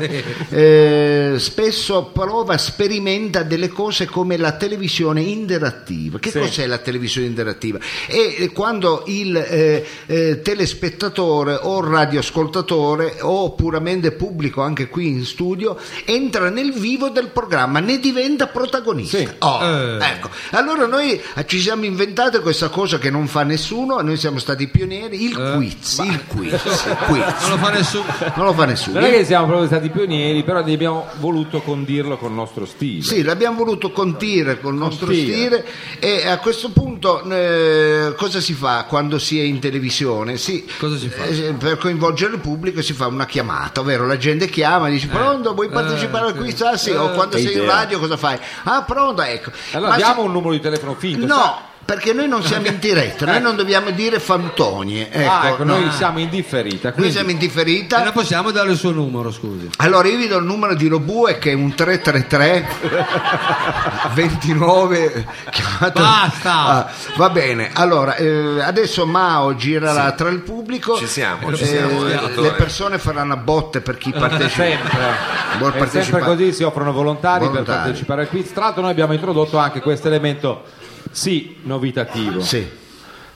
S5: eh, spesso prova, sperimenta delle cose come la televisione interattiva. Che
S2: Sì.
S5: cos'è la televisione interattiva? È eh, quando il eh, eh, telespettatore o radioascoltatore o puramente pubblico anche qui in studio entra nel vivo del programma, ne diventa protagonista.
S2: Sì.
S5: Oh,
S4: Eh.
S5: ecco. Allora noi eh, ci siamo inventate questa cosa che non fa nessuno, noi siamo stati pionieri, il
S4: Eh.
S5: quiz, il quiz, il quiz.
S4: Non lo fa nessuno.
S5: Non lo fa nessuno.
S2: Non è che siamo proprio stati pionieri, però abbiamo voluto condirlo col nostro stile.
S5: Sì, l'abbiamo voluto contire col nostro
S2: Contire.
S5: stile e a questo punto eh, cosa si fa quando si è in televisione? Si-
S4: Cosa si fa?
S5: eh, per coinvolgere il pubblico si fa una chiamata, ovvero la gente chiama e dice pronto, vuoi partecipare a
S4: Eh. sì.
S5: quiz? Ah sì, o quando sei in radio cosa fai? Ah pronto, ecco.
S2: Allora
S5: Ma se-
S2: diamo un numero di telefono finto. sa-
S5: No, perché noi non siamo in diretta, noi non dobbiamo dire fantonie. Ecco,
S2: ah, ecco,
S5: no.
S2: noi
S5: noi,
S2: siamo indifferita.
S5: siamo in
S4: E non
S5: differita.
S4: possiamo dare il suo numero, scusi.
S5: Allora io vi do il numero di Robue che è un 333 29 *laughs* chiamato-
S4: Basta!
S5: Ah, va bene, allora eh, adesso Mao girerà tra il pubblico.
S1: Ci siamo, ci
S5: Eh,
S1: siamo, eh,
S5: le
S1: dottore.
S5: persone faranno a botte per chi partecipa. Vuol
S2: È sempre
S5: partecipare.
S2: così si offrono volontari, per
S5: Volontari.
S2: partecipare al quiz. Tra l'altro noi abbiamo introdotto anche questo elemento sì novitativo.
S5: Sì.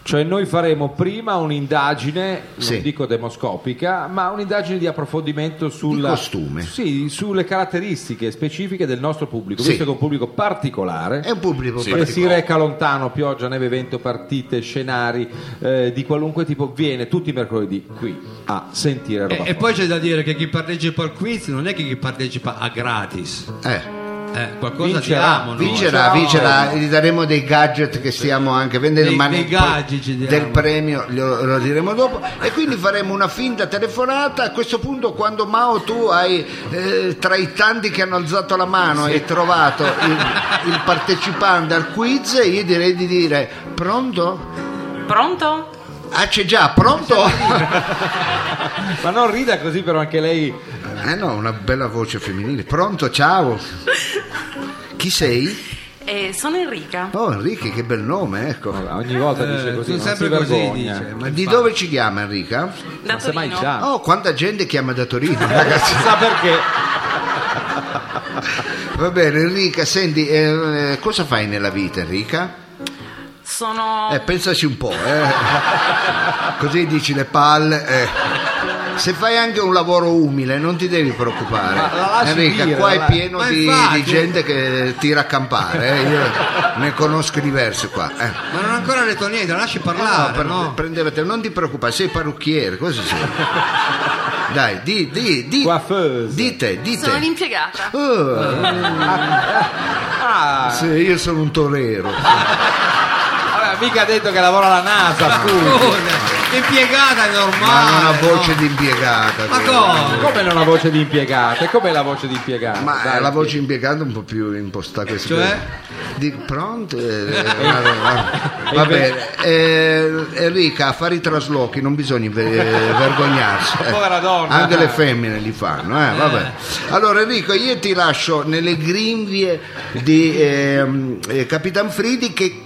S2: Cioè noi faremo prima un'indagine,
S5: Sì.
S2: non dico demoscopica, ma un'indagine di approfondimento sulla,
S5: costume.
S2: Sì, sulle caratteristiche specifiche del nostro pubblico,
S5: Sì.
S2: visto che è un pubblico particolare.
S5: È un pubblico
S2: Che si
S5: particolare.
S2: reca lontano, pioggia, neve, vento, partite, scenari eh, di qualunque tipo, viene tutti i mercoledì qui a sentire roba.
S4: E, Eh, e
S2: forte.
S4: poi c'è da dire che chi partecipa al quiz non è che chi partecipa a gratis,
S5: Eh,
S4: eh, qualcosa ci
S2: Vincerà,
S4: diamo. noi.
S5: vincerà, vincerà, gli daremo dei gadget che stiamo anche vendendo,
S4: Cioè, Dei-
S5: ma
S4: dei
S5: ne-
S4: gadget ci diamo.
S5: del premio lo, lo diremo dopo. E quindi faremo una finta telefonata. A questo punto, quando Mao tu hai eh, tra i tanti che hanno alzato la mano e trovato il, il partecipante al quiz, io direi di dire pronto?
S10: Pronto?
S5: Ah, c'è già, pronto?
S2: Ma non rida così, però anche lei.
S5: *laughs* Eh no, una bella voce femminile. Pronto, ciao. Chi sei?
S10: Eh, sono Enrica.
S5: Oh Enrica, che bel nome, ecco.
S2: Ogni volta
S4: Eh,
S2: dice così.
S4: tu
S2: non
S4: sempre
S2: si
S4: così
S2: vergogna.
S4: dice. Ma
S5: Di
S4: infatti.
S5: dove ci chiama Enrica?
S10: Da
S2: Ma semmai
S10: Torino.
S2: già.
S5: Oh, quanta gente chiama da Torino, ragazzi.
S2: Sa perché?
S5: Va bene, Enrica, senti, eh, cosa fai nella vita, Enrica?
S10: Sono
S5: Eh, pensaci un po', eh.
S2: *laughs*
S5: Così dici le palle. eh. Se fai anche un lavoro umile, non ti devi preoccupare.
S2: Ma la lasci
S5: Enrica,
S2: dire,
S5: qua
S2: la-
S5: è pieno
S4: Ma
S5: di,
S4: infatti.
S5: di gente che tira a campare. eh. Io ne conosco diverse qua. eh.
S4: Ma non ho ancora detto niente, la lasci
S5: No,
S4: parlare,
S5: per-
S4: no?
S5: prendevate- non ti preoccupare, sei parrucchiere, cosa sei? Dai, di, di, di.
S2: Coiffeuse.
S5: Dite,
S10: sono
S5: dite.
S10: l'impiegata.
S5: Oh,
S2: Ah,
S5: sì, io sono un torero.
S2: vabbè, mica ha detto che lavora alla NASA,
S4: *laughs*
S2: scusi.
S4: Scusa, Oh, impiegata è
S5: Ma
S4: normale.
S5: non ha voce
S4: no?
S5: di impiegata.
S4: Ma
S5: quella.
S4: cosa?
S2: Come non la voce di impiegata? E Com'è la voce di impiegata?
S5: Ma
S2: Dai,
S5: la voce impiegata è un po' più impostata questa.
S4: Cioè?
S5: Di pronto? Eh, va bene, va- va bene. Eh, Enrica, a fare i traslochi non bisogna ve- vergognarsi. eh.
S2: Povera donna.
S5: Anche le femmine li fanno, eh, va bene. Allora Enrico, io ti lascio nelle grinvie di ehm, eh, Capitan Fridi che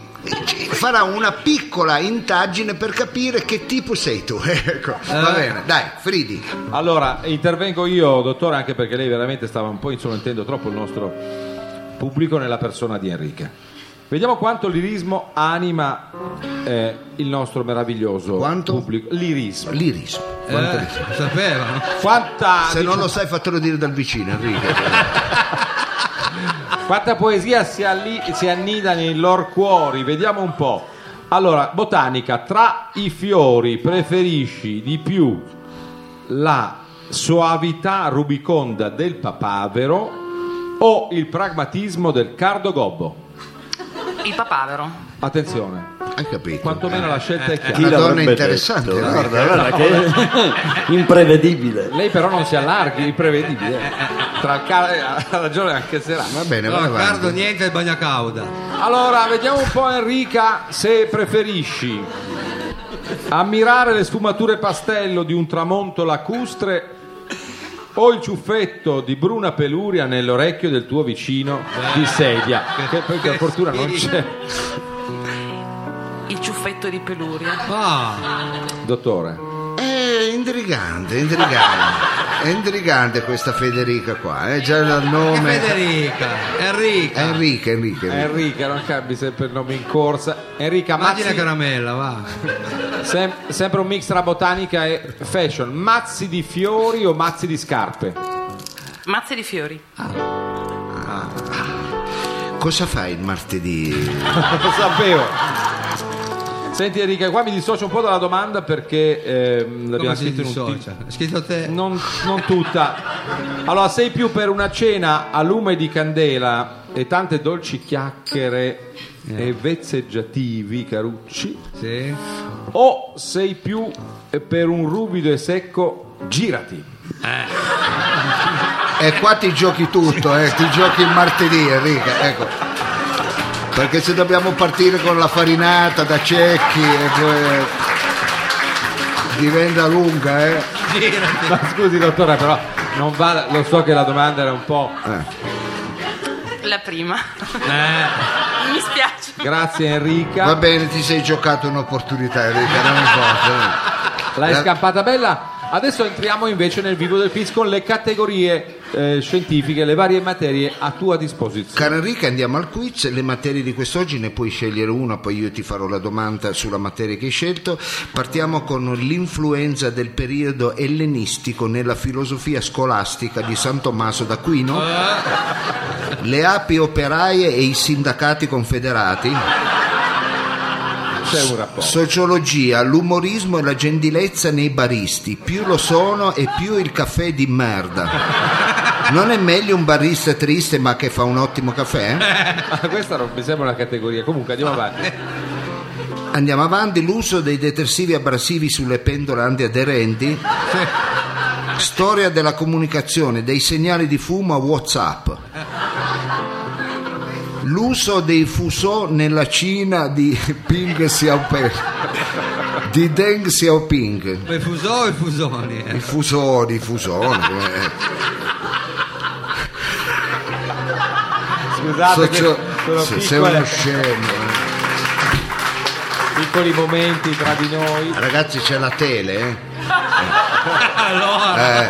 S5: ci farà una piccola indagine per capire che tipo sei tu. *laughs* ecco. Va bene, dai, Fridi.
S2: Allora, intervengo io, dottore, anche perché lei veramente stava un po' insolentendo troppo il nostro pubblico nella persona di Enrica. Vediamo quanto l'irismo anima eh, il nostro meraviglioso
S5: Quanto?
S2: pubblico. L'irismo.
S5: Liris.
S4: Eh, ah, lo sapevano.
S2: Quanta,
S5: Se non lo sai, fatelo dire dal vicino, Enrico. *laughs*
S2: quanta poesia si, alli- si annida nei loro cuori, vediamo un po'. Allora, botanica, tra i fiori preferisci di più la soavità rubiconda del papavero o il pragmatismo del cardo gobbo?
S10: Il papavero.
S2: Attenzione,
S5: Hai capito?
S2: quantomeno la scelta è
S8: Chi
S2: chiara.
S5: Una donna
S8: l'avrebbe
S5: interessante,
S8: detto?
S5: eh.
S8: Guarda, guarda che *laughs* imprevedibile.
S2: Lei però non si allarghi, imprevedibile. Tra il car- ha ragione anche Serrano.
S5: Va bene, vai
S4: No,
S5: avanti.
S4: Cardo niente e bagnacauda.
S2: Allora, vediamo un po' Enrica se preferisci ammirare le sfumature pastello di un tramonto lacustre o il ciuffetto di bruna peluria nell'orecchio del tuo vicino di sedia, che poi per fortuna non c'è.
S10: Il ciuffetto di peluria.
S4: Ah,
S2: Dottore,
S5: È Eh, intrigante, intrigante. È intrigante questa Federica qua, eh? già dal
S4: che
S5: nome. Eh,
S4: Federica, Eh. Enrica,
S5: Enrica, Enrica. Enrica.
S2: Enrica, non cambi sempre il nome in corsa. Enrica,
S4: Maggi la
S2: mazzi,
S4: caramella, va.
S2: sem- sempre un mix tra botanica e fashion. Mazzi di fiori o mazzi di scarpe?
S10: Mazze di fiori.
S5: Cosa fai il
S2: *laughs*
S5: martedì?
S2: Lo sapevo. Senti Enrica, qua mi dissocio un po' dalla domanda perché ehm, l'abbiamo
S4: Come si
S2: scritto in un titolo.
S4: dissocia? Ha Scritto te.
S2: Non, non tutta. Allora, sei più per una cena a lume di candela e tante dolci chiacchiere
S4: Eh.
S2: e vezzeggiativi carucci?
S4: Sì.
S2: O sei più per un ruvido e secco girati?
S5: E Eh, qua ti giochi tutto, eh? ti giochi il martedì, Enrica, ecco. Perché se dobbiamo partire con la farinata da cecchi e poi- eh, diventa lunga, eh?
S2: Ma scusi dottore, però non va, lo so che la domanda era un po'...
S10: La prima.
S4: Eh,
S10: Mi spiace.
S2: Grazie Enrica.
S5: Va bene, ti sei giocato un'opportunità, Enrica, non importa. eh.
S2: L'hai scappata bella. Adesso entriamo invece nel vivo del quiz con le categorie eh, scientifiche, le varie materie a tua disposizione.
S5: Cara Enrica, andiamo al quiz. Le materie di quest'oggi ne puoi scegliere una, poi io ti farò la domanda sulla materia che hai scelto. Partiamo con l'influenza del periodo ellenistico nella filosofia scolastica di San Tommaso d'Aquino. Le api operaie e i sindacati confederati.
S2: C'è un rapporto.
S5: *laughs* Sociologia, l'umorismo e la gentilezza nei baristi. Più lo sono e più il caffè è di merda. Non è meglio un barista triste ma che fa un ottimo caffè?
S2: Ah, Questa non mi sembra una categoria. Comunque andiamo avanti.
S5: Andiamo avanti, l'uso dei detersivi abrasivi sulle pendole antiaderenti. Storia della comunicazione, dei segnali di fumo a Whatsapp. L'uso dei fusò nella Cina di Ping Xiaoping. Di Deng Xiaoping.
S4: E Fusò e Fusoni.
S5: I
S4: eh.
S5: fusoni, i fusoni. come-
S2: Scusate,
S5: Socio-
S2: questi sono
S5: se- sei
S2: piccole-
S5: uno scemo. eh.
S2: piccoli momenti tra di noi.
S5: Ragazzi c'è la tele, eh?
S4: *laughs* Allora.
S5: Eh.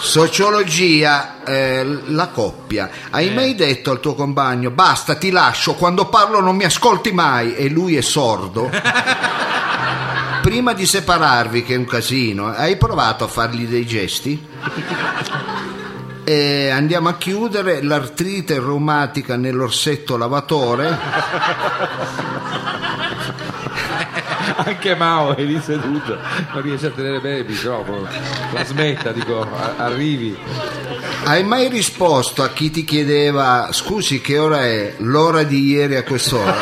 S5: Sociologia, eh, la coppia. Hai mai detto al tuo compagno basta, ti lascio, quando parlo non mi ascolti mai e lui è sordo? Prima di separarvi, che è un casino, hai provato a fargli dei gesti? E andiamo a chiudere l'artrite reumatica nell'orsetto lavatore.
S2: Anche Mao è lì seduto, non riesce a tenere bene il microfono. La smetta, dico, a- arrivi.
S5: Hai mai risposto a chi ti chiedeva scusi che ora è l'ora di ieri a quest'ora?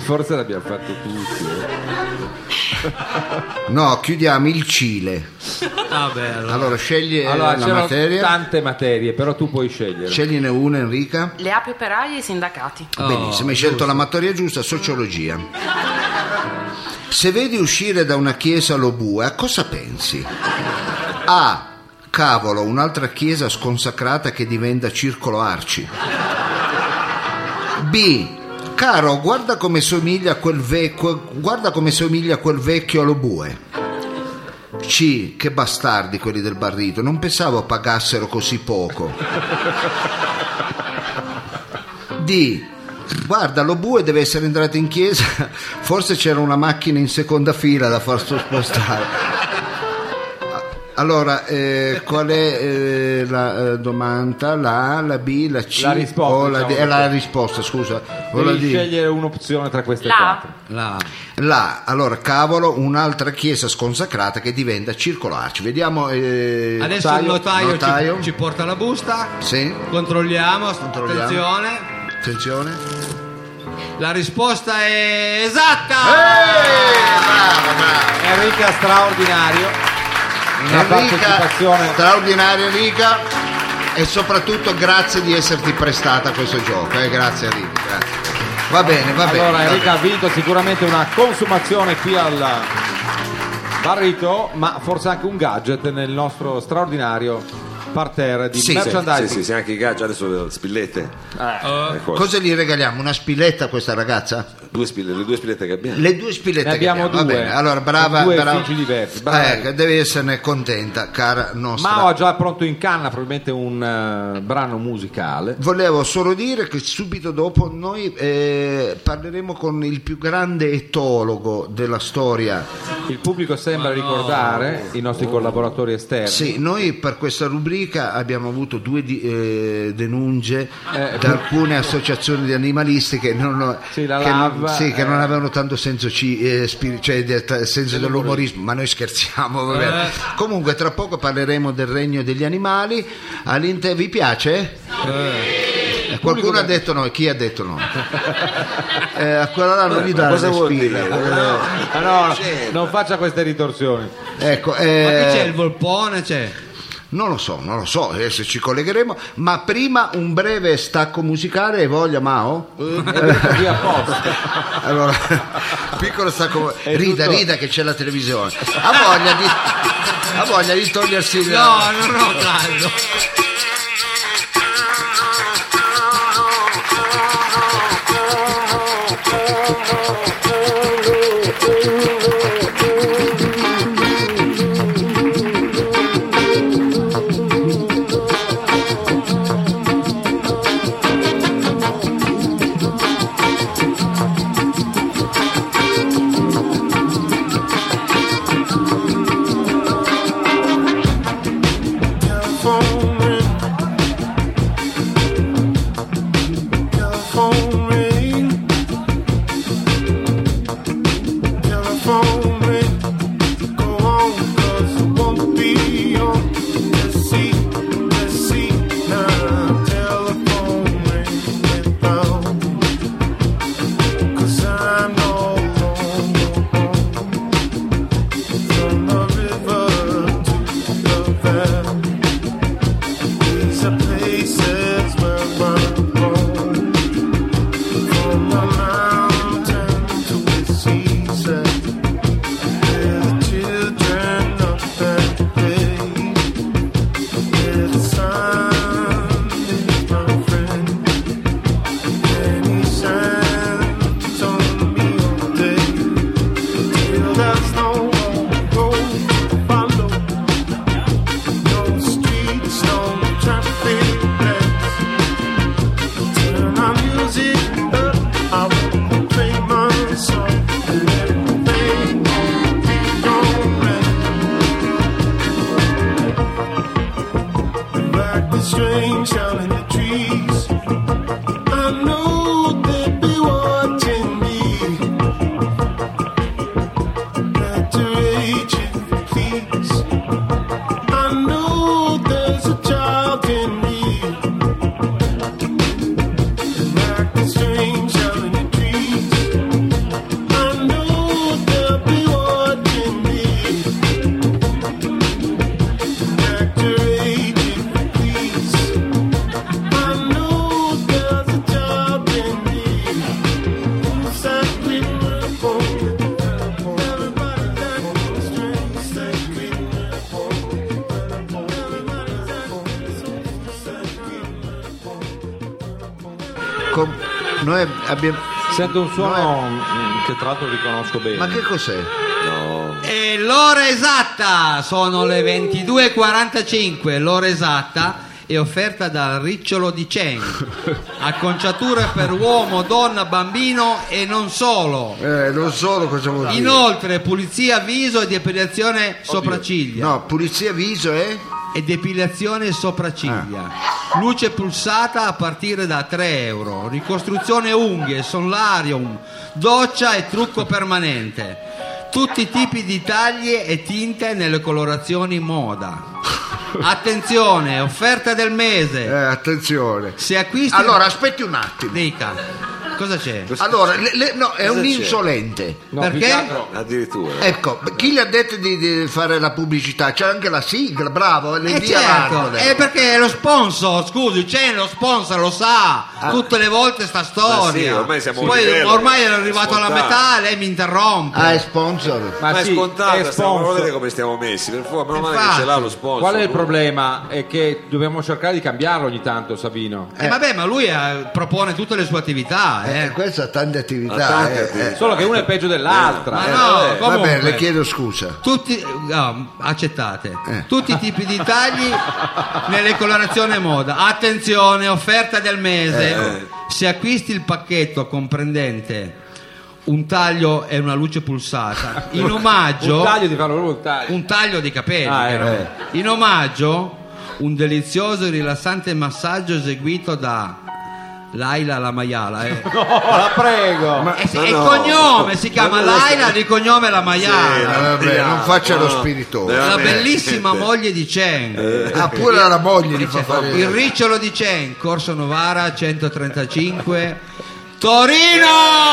S2: Forse l'abbiamo fatto tutti. eh.
S5: No, chiudiamo il Cile.
S4: Vabbè, allora.
S5: Allora scegli eh,
S2: Allora,
S5: la
S2: c'erano
S5: materia.
S2: tante materie, però tu puoi scegliere.
S5: Scegliene una Enrica.
S10: Le api operaie e i sindacati.
S4: Oh,
S5: Benissimo, hai scelto la materia giusta, sociologia. Se vedi uscire da una chiesa lo bue, a cosa pensi? A. Cavolo, un'altra chiesa sconsacrata che diventa circolo arci. B. Caro, guarda come somiglia a quel, ve- que- guarda come somiglia a quel vecchio allo bue. C. Che bastardi quelli del barrito, non pensavo pagassero così poco. D. Guarda, lo bue deve essere entrato in chiesa, forse c'era una macchina in seconda fila da far spostare. A- Allora, eh, qual è eh, la eh, domanda? La A, la B, la C?
S2: La risposta,
S5: o la D?
S2: diciamo.
S5: Eh, la risposta, scusa. O la
S2: Devi
S5: D?
S2: scegliere un'opzione tra queste
S10: La A.
S2: quattro.
S4: La-
S5: Là, allora cavolo, un'altra chiesa sconsacrata che diventa circolarci. Vediamo. eh,
S4: Adesso il notaio, ci- Ci, porta la busta.
S5: Sì,
S4: Controlliamo,
S5: Controlliamo.
S4: attenzione.
S5: attenzione.
S4: La risposta è esatta!
S5: bravo, bravo.
S2: Enrica straordinario. Una
S5: Enrica,
S2: partecipazione.
S5: straordinaria Enrica. E soprattutto grazie di esserti prestata a questo gioco. eh, Grazie Enrica. grazie. Va bene, va bene.
S2: Allora
S5: va
S2: Enrica ha
S5: bene.
S2: vinto sicuramente una consumazione qui al Barrito, ma forse anche un gadget nel nostro straordinario parterre di
S5: Sì, sì,
S2: merchandising.
S1: Sì, sì, sì, anche i gadget adesso spillette.
S4: Ah.
S1: Eh, cosa-
S5: Cosa gli regaliamo? Una spilletta a questa ragazza?
S1: due spille- le due spillette che abbiamo.
S5: Le due spillette
S2: Ne
S5: che
S2: abbiamo
S5: abbiamo,
S2: due.
S5: va bene. Allora, brava,
S2: Due
S5: brava.
S2: uffici diversi,
S5: Ah,
S2: bravi.
S5: ecco, devi esserne contenta, cara nostra.
S2: Mao ha già pronto in canna probabilmente un eh, brano musicale.
S5: Volevo solo dire che subito dopo noi eh, parleremo con il più grande etologo della storia.
S2: Il pubblico sembra ricordare i nostri collaboratori esterni.
S5: Sì, noi per questa rubrica abbiamo avuto due di- eh, denunce
S2: Eh,
S5: da alcune associazioni di animalisti che non,
S2: Sì, la
S5: che non-
S2: LAV,
S5: sì, che non
S2: eh.
S5: avevano tanto senso, ci- eh, spiri- cioè, de- tra- senso dell'umorismo, ma noi scherziamo. va bene. Comunque tra poco parleremo del regno degli animali. All'inter- vi piace? Eh, Qualcuno ha detto no, chi ha detto no? Eh, a quella là non gli dà
S1: cosa
S5: le
S1: vuol
S5: spille.
S2: Ah, no, no, non faccia queste ritorsioni.
S5: Ecco,
S4: Ma
S5: eh,
S4: qui c'è il volpone, c'è.
S5: Non lo so, non lo so, adesso ci collegheremo, ma prima un breve stacco musicale e voglia Mao? Eh,
S2: Qui apposta.
S5: Allora, *laughs* piccolo stacco,
S2: È
S5: rida,
S2: tutto-
S5: rida che c'è la televisione, ha voglia di, ha voglia di togliersi
S4: No,
S5: la...
S4: non rotarlo.
S11: on, man. Go on, 'cause I won't be on. Let's see, let's see now. Telephone ringing out. 'Cause I'm no longer home. From the river to the valley. These are places where I'm going. From the mountain to the seaside. Little children of that day. Little sun is my friend. And he shines on me all day. Till there's no road to follow. No streets, no traffic lights. Turn my music up. I will play my song. And everything will be alright. Like the strange sound in the trees. I know they'd be watching me. Not to reach if you please. I know there's a child in me. Like the strange sound in the trees. I know they'll be watching me. Back to age, if you please. I know there's a child in me. Who's that clean apple? Everybody that goes strange, that clean apple. Everybody that goes that
S12: Com- noi abbiamo...
S2: Sento un suono mm, che tra l'altro riconosco bene.
S12: Ma che cos'è?
S4: E l'ora esatta sono le 22.45, l'ora esatta è offerta dal ricciolo di Chen. Acconciature per uomo, donna, bambino e non solo.
S5: Eh, non solo cosa vuol dire.
S4: Inoltre pulizia viso e depilazione sopracciglia.
S5: No, pulizia viso, eh?
S4: E depilazione sopracciglia. Luce pulsata a partire da 3 euro. Ricostruzione unghie, solarium, doccia e trucco permanente. Tutti i tipi di tagli e tinte nelle colorazioni moda. Attenzione, offerta del
S5: Eh,
S4: mese.
S5: attenzione.
S4: Se acquisti
S12: Allora, aspetti un attimo.
S4: dica. Cosa c'è?
S12: Allora, le- le- no, è
S1: Cosa
S12: un
S1: c'è?
S12: insolente.
S2: No,
S4: Perché?
S2: più che altro-
S1: Addirittura.
S12: Ecco, chi gli ha detto di, di fare la pubblicità? C'è anche la sigla, bravo, le
S4: Eh
S12: dia
S4: certo,
S12: l'angolo.
S4: è perché è lo sponsor, scusi, c'è lo sponsor, lo sa, tutte le volte sta storia.
S1: Ah. Ma sì, ormai siamo a un
S4: Poi
S1: livello
S4: ormai è arrivato alla
S1: spontaneo.
S4: metà, lei mi interrompe.
S12: Ah, è sponsor.
S1: Ma, è
S2: sì,
S1: scontata,
S2: è
S1: stiamo, ma
S2: sponsor.
S1: vedete come stiamo messi, per favore, meno male che
S4: Infatti.
S1: ce l'ha lo sponsor.
S2: Qual è il
S1: Lui-
S2: problema? È che dobbiamo cercare di cambiarlo ogni tanto, Savino.
S4: Eh, vabbè, ma lui eh, propone tutte le sue attività, eh.
S5: Eh, questa ha tante attività.
S1: Attaccati.
S5: eh, eh.
S2: Solo che uno è peggio dell'altra.
S4: Ma
S2: Eh,
S4: no,
S2: vabbè.
S5: Va
S4: comunque,
S5: bene, le chiedo scusa.
S4: tutti, no, accettate,
S1: Eh.
S4: tutti i tipi di tagli nelle colorazioni moda. Attenzione, offerta del
S1: Eh,
S4: mese. Se acquisti il pacchetto comprendente un taglio e una luce pulsata,
S1: *laughs*
S4: in omaggio...
S2: Un taglio di farlo proprio un taglio.
S4: un taglio di capelli.
S2: Ah, eh,
S4: però.
S2: eh.
S4: In omaggio, un delizioso e rilassante massaggio eseguito da Laila la maiala. eh.
S2: Oh, la prego.
S4: Eh sì,
S1: ma
S4: è il
S1: no.
S4: cognome, si chiama
S1: Ma non lo so.
S4: Laila, di cognome la maiala.
S5: Eh, vabbè, non faccia lo spiritoso.
S1: Eh,
S4: La
S1: vabbè,
S4: bellissima
S1: niente.
S4: moglie di Chen.
S5: Ah, pure la moglie gli fa fare.
S4: Il ricciolo di Chen, Corso Novara 135, Torino!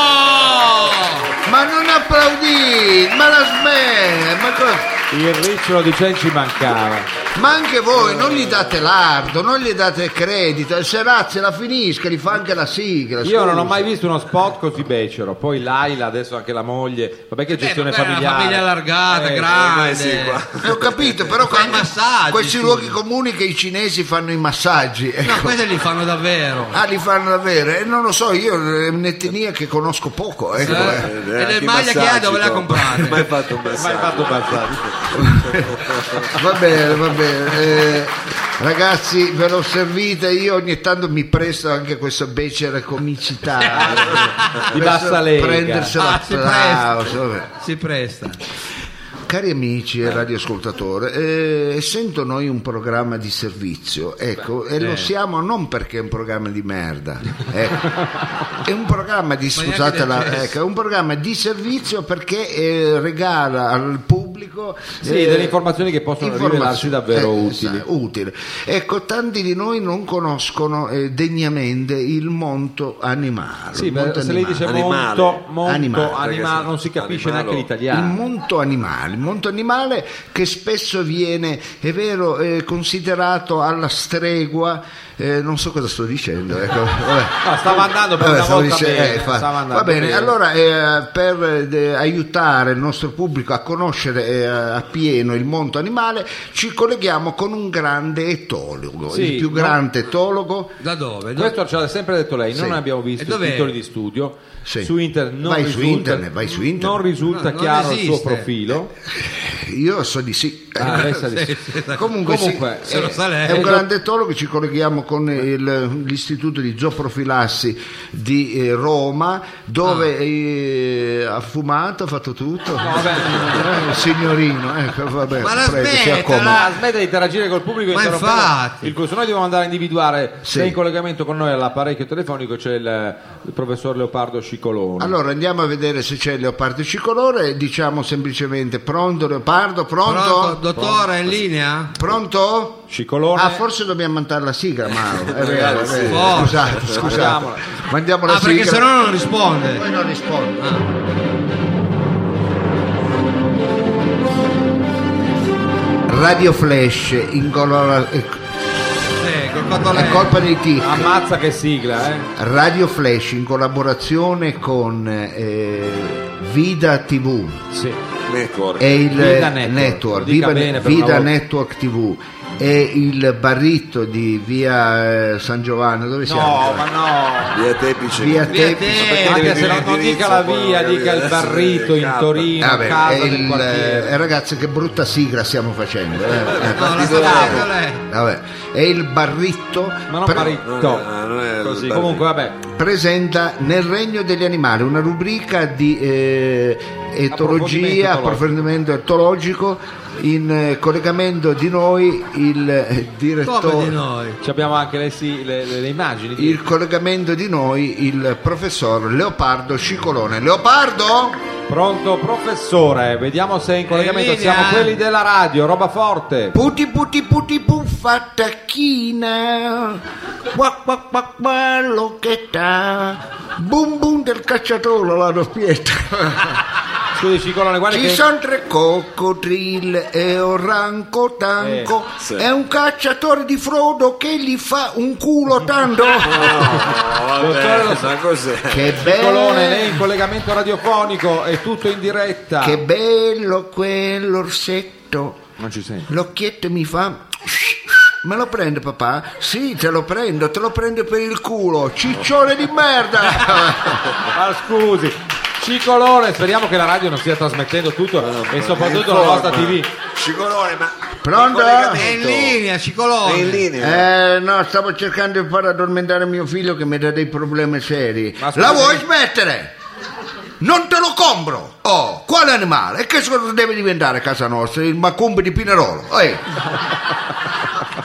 S12: Ma non applaudì, ma la smetti, ma, co-
S2: Il ricciolo di Chen ci mancava.
S12: ma anche voi non gli date lardo, non gli date credito, e se Razzi la finisca, gli fa anche la sigla.
S2: Io non ho
S12: scusa.
S2: mai visto uno spot così becero. Poi Laila, adesso anche la moglie. Vabbè che
S4: Beh,
S2: gestione
S4: Eh, vabbè, una
S2: familiare.
S4: famiglia allargata,
S2: Eh,
S1: ormai
S4: grande.
S1: sì, qua.
S12: Eh, ho capito, però
S4: Fa i
S12: quando-
S4: massaggi,
S12: questi
S4: scusa.
S12: luoghi comuni che i cinesi fanno i massaggi.
S4: No,
S12: ecco.
S4: questi li fanno davvero.
S12: Ah, li fanno davvero? Eh, non lo so, io è un'etnia che conosco poco. Ecco. eh.
S4: Eh, e le maglie che ha dove le
S1: *laughs*
S4: ha comprate?
S1: Mai fatto un
S2: Mai
S1: passaggio.
S2: fatto passare.
S12: Va bene, va bene. Eh, ragazzi, ve lo servite, io ogni tanto mi presto anche questa becera comicità. eh,
S2: Di bassa lega.
S12: Prendersela
S4: Ah, si
S12: applauso, vabbè.
S4: Si presta.
S5: Cari amici e radioascoltatore, eh, essendo noi un programma di servizio, ecco, e
S4: Eh.
S5: lo siamo non perché è un programma di merda, ecco, è un programma di,
S4: Ma neanche
S5: scusate la-
S4: del gesso.
S5: ecco, è un programma di servizio perché eh, regala al pubblico eh,
S2: Sì, delle informazioni che possono rivelarsi davvero utili.
S5: sa- utili. Ecco, tanti di noi non conoscono eh, degnamente il monto animale.
S2: Sì,
S5: il monto
S2: beh, se lei
S5: animale.
S2: dice
S1: Animale.
S2: monto, monto,
S5: Animale,
S2: animale,
S5: perché
S1: se-
S2: non si capisce
S1: animalo-
S2: neanche l'italiano.
S5: Il monto animale, il monto animale che spesso viene, è vero, eh, considerato alla stregua, eh, non so cosa
S2: *laughs*
S5: sto dicendo. Ecco, vabbè.
S2: Ah, stava andando per
S5: Vabbè,
S2: una
S5: stavo
S2: volta
S5: dice-
S2: bene,
S5: eh, fa-
S2: stava andando
S5: va bene,
S2: bene.
S5: allora eh, per eh, de- aiutare il nostro pubblico a conoscere eh, appieno il monto animale ci colleghiamo con un grande etologo,
S2: Sì,
S5: il più
S2: no?
S5: grande etologo.
S4: Da dove? Do-
S2: Questo ce l'ha sempre detto lei, non
S5: Sì.
S2: abbiamo visto
S4: E
S2: i
S4: dov'è?
S2: titoli di studio.
S5: Sì.
S2: Su internet non
S5: Vai su
S2: risulta,
S5: internet, vai su internet.
S2: Non risulta
S4: No, non
S2: chiaro il suo
S5: *laughs*
S4: esiste.
S2: profilo.
S5: Io so di sì. eh,
S2: Ah, lei sa di sì.
S4: esatto.
S5: Comunque, sì,
S2: Comunque,
S5: è-
S4: se lo sa lei.
S5: è un grande etologo, ci colleghiamo con il- l'istituto di zooprofilassi di eh, Roma dove
S4: Ah.
S5: eh, ha fumato, ha fatto tutto. Eh, un signorino, ecco, vabbè,
S4: Ma la
S5: prego, si
S4: smettila!
S5: accomodi.
S2: Ah, smetta di interagire col pubblico e
S4: Ma
S2: interrompere
S4: infatti.
S2: il corso. Noi dobbiamo andare a individuare
S5: Sì.
S2: se è in collegamento con noi all'apparecchio telefonico c'è il, il professor Leopardo Scicolone.
S5: Allora andiamo a vedere se c'è Leopardo Cicolore, diciamo semplicemente pronto Leopardo,
S4: Pronto,
S5: pronto?
S4: dottore, è in linea?
S5: Pronto?
S2: Scicolone.
S5: Ah, forse dobbiamo mandare la sigla, Mauro. È vero, è vero.
S4: Forse.
S5: Scusate, scusate.
S2: Mandiamola.
S5: Mandiamo la
S4: Ah, perché
S5: sigla.
S4: sennò non risponde.
S5: Poi non rispondo.
S2: ah.
S5: Radio Flash in color...
S4: Sì, col fatto
S5: È
S4: lei.
S5: colpa dei tic.
S2: Ammazza che sigla, eh.
S5: Radio Flash in collaborazione con eh, Vida TV.
S2: Sì.
S1: Network.
S5: è il
S2: Vida
S5: Network,
S2: Network. Dica
S5: Viva-
S2: bene per
S5: Vida
S2: una volta.
S5: Network TV è il barritto di via eh, San Giovanni dove siamo?
S2: No, ma no.
S1: Via Tepice.
S5: via
S4: Via
S5: Teppice
S4: Teppice.
S1: Perché
S2: Anche
S1: deve
S2: se
S1: dire
S2: non, non
S1: l'indirizzo,
S2: dica la
S1: poi
S2: via,
S1: magari
S5: eh,
S2: dica il
S1: adesso
S2: barrito in
S1: capta.
S2: Torino,
S5: Ah, beh,
S2: casa
S5: è
S2: del
S5: il,
S2: quartiere.
S5: eh, ragazzi che brutta sigla stiamo facendo eh. Eh,
S4: No, la
S5: particolare.
S4: sapete lei.
S5: Vabbè, è il barritto
S2: Ma non
S5: pre-
S2: barrito.
S1: No, non è il
S2: Così.
S1: barrito.
S2: Comunque, vabbè.
S5: presenta nel regno degli animali una rubrica di eh, etologia, approfondimento
S2: Approfondimento
S5: etologico in eh, collegamento di noi il eh,
S4: Come di
S5: direttore
S4: noi?
S2: Ci abbiamo anche le, si- le- le- le immagini. di-
S5: il collegamento di noi il professor Leopardo Scicolone. Leopardo?
S2: Pronto, professore, vediamo se è in collegamento.
S4: In linea.
S2: Siamo quelli della radio, roba forte.
S5: Puti puti puti puffa tacchina. Qua qua qua qua locchetta. Bum bum del cacciatore la doppietta.
S2: Scusi, Cicolone, guarda
S5: Ci
S2: che.
S5: sono tre coccodrilli e un ranco tanco.
S1: Eh, sì.
S5: È un cacciatore di frodo che gli fa un
S1: *laughs*
S5: culo tanto.
S1: Oh, No, vabbè, ma cos'è?
S5: Che
S2: Cicolone, lei è
S5: bello!
S2: in collegamento radiofonico, è tutto in diretta.
S5: Che bello quell'orsetto.
S2: Non ci sento.
S5: L'occhietto mi fa. Me lo prendo papà? Sì, te lo prendo, te lo prendo per il culo, ciccione di
S1: *laughs*
S5: merda!
S2: Ma Ah, scusi. Cicolone, speriamo che la radio non stia trasmettendo tutto e soprattutto la
S1: eh, Informa.
S2: nostra TV.
S1: Scicolone, ma.
S5: Pronto?
S4: È in
S1: collegamento?
S4: linea,
S1: È in
S4: cicolone.
S1: linea.
S5: Eh no, stavo cercando di far addormentare mio figlio che mi dà dei problemi seri.
S2: Ma scusa,
S5: La vuoi
S2: sì.
S5: smettere? Non te lo compro! Oh, quale animale? E che cosa deve diventare casa nostra? Il macumbo di Pinerolo?
S4: *laughs*
S5: Ehi!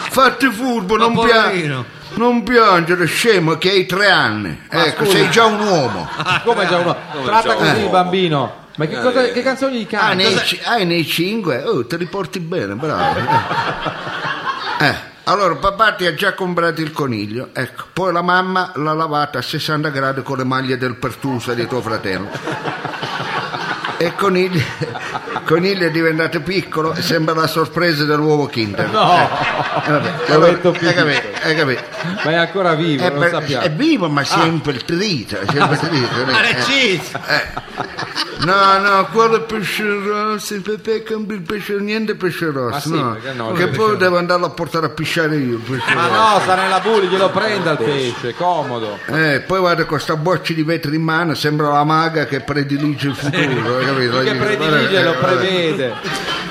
S5: Fatti furbo,
S4: Ma
S5: non, pia-
S4: poverino.
S5: non piangere, scemo, che hai tre anni. ecco, sei già un uomo.
S2: Come già uno. Tratta
S1: già
S2: così
S1: uomo.
S2: il bambino. Ma che, cosa- che canzoni gli
S5: Ah, nei,
S2: canta?
S5: ci- ah, nei cinque? Oh, te li porti
S2: *laughs*
S5: bene, bravo. Eh, allora, papà ti ha già comprato il coniglio, ecco. Poi la mamma l'ha lavata a 60 gradi con le maglie del Pertusa di tuo fratello. E il coniglio, il coniglio è diventato piccolo e sembra la sorpresa dell'uovo Kinder.
S2: No.
S5: Eh, vabbè,
S2: L'uovetto
S5: allora, hai
S2: piccolo.
S5: capito, hai capito.
S2: Ma è ancora vivo,
S5: È,
S2: non
S5: Eh, per-
S2: sappiamo. Ah.
S5: è vivo ma si è impeltrito, si è impeltrito,
S2: *laughs*
S4: Ma
S5: eh.
S4: le cheese.
S5: No, no, quello è pesce rosso, il pepe con il pesce, niente pesce rosso,
S2: Ah, sì,
S5: no.
S2: perché no,
S5: che
S2: il pesce Ah.
S5: poi devo andarlo a portare a pisciare io il pesce
S2: Ma
S5: rosso.
S2: no, sta nella bulli, glielo prenda il pesce, comodo.
S5: Eh, poi vado con sta boccia di vetro in mano, sembra la maga che predilige il futuro, hai capito?
S2: Che
S5: Eh,
S2: predilige,
S5: eh,
S2: lo
S5: eh,
S2: prevede.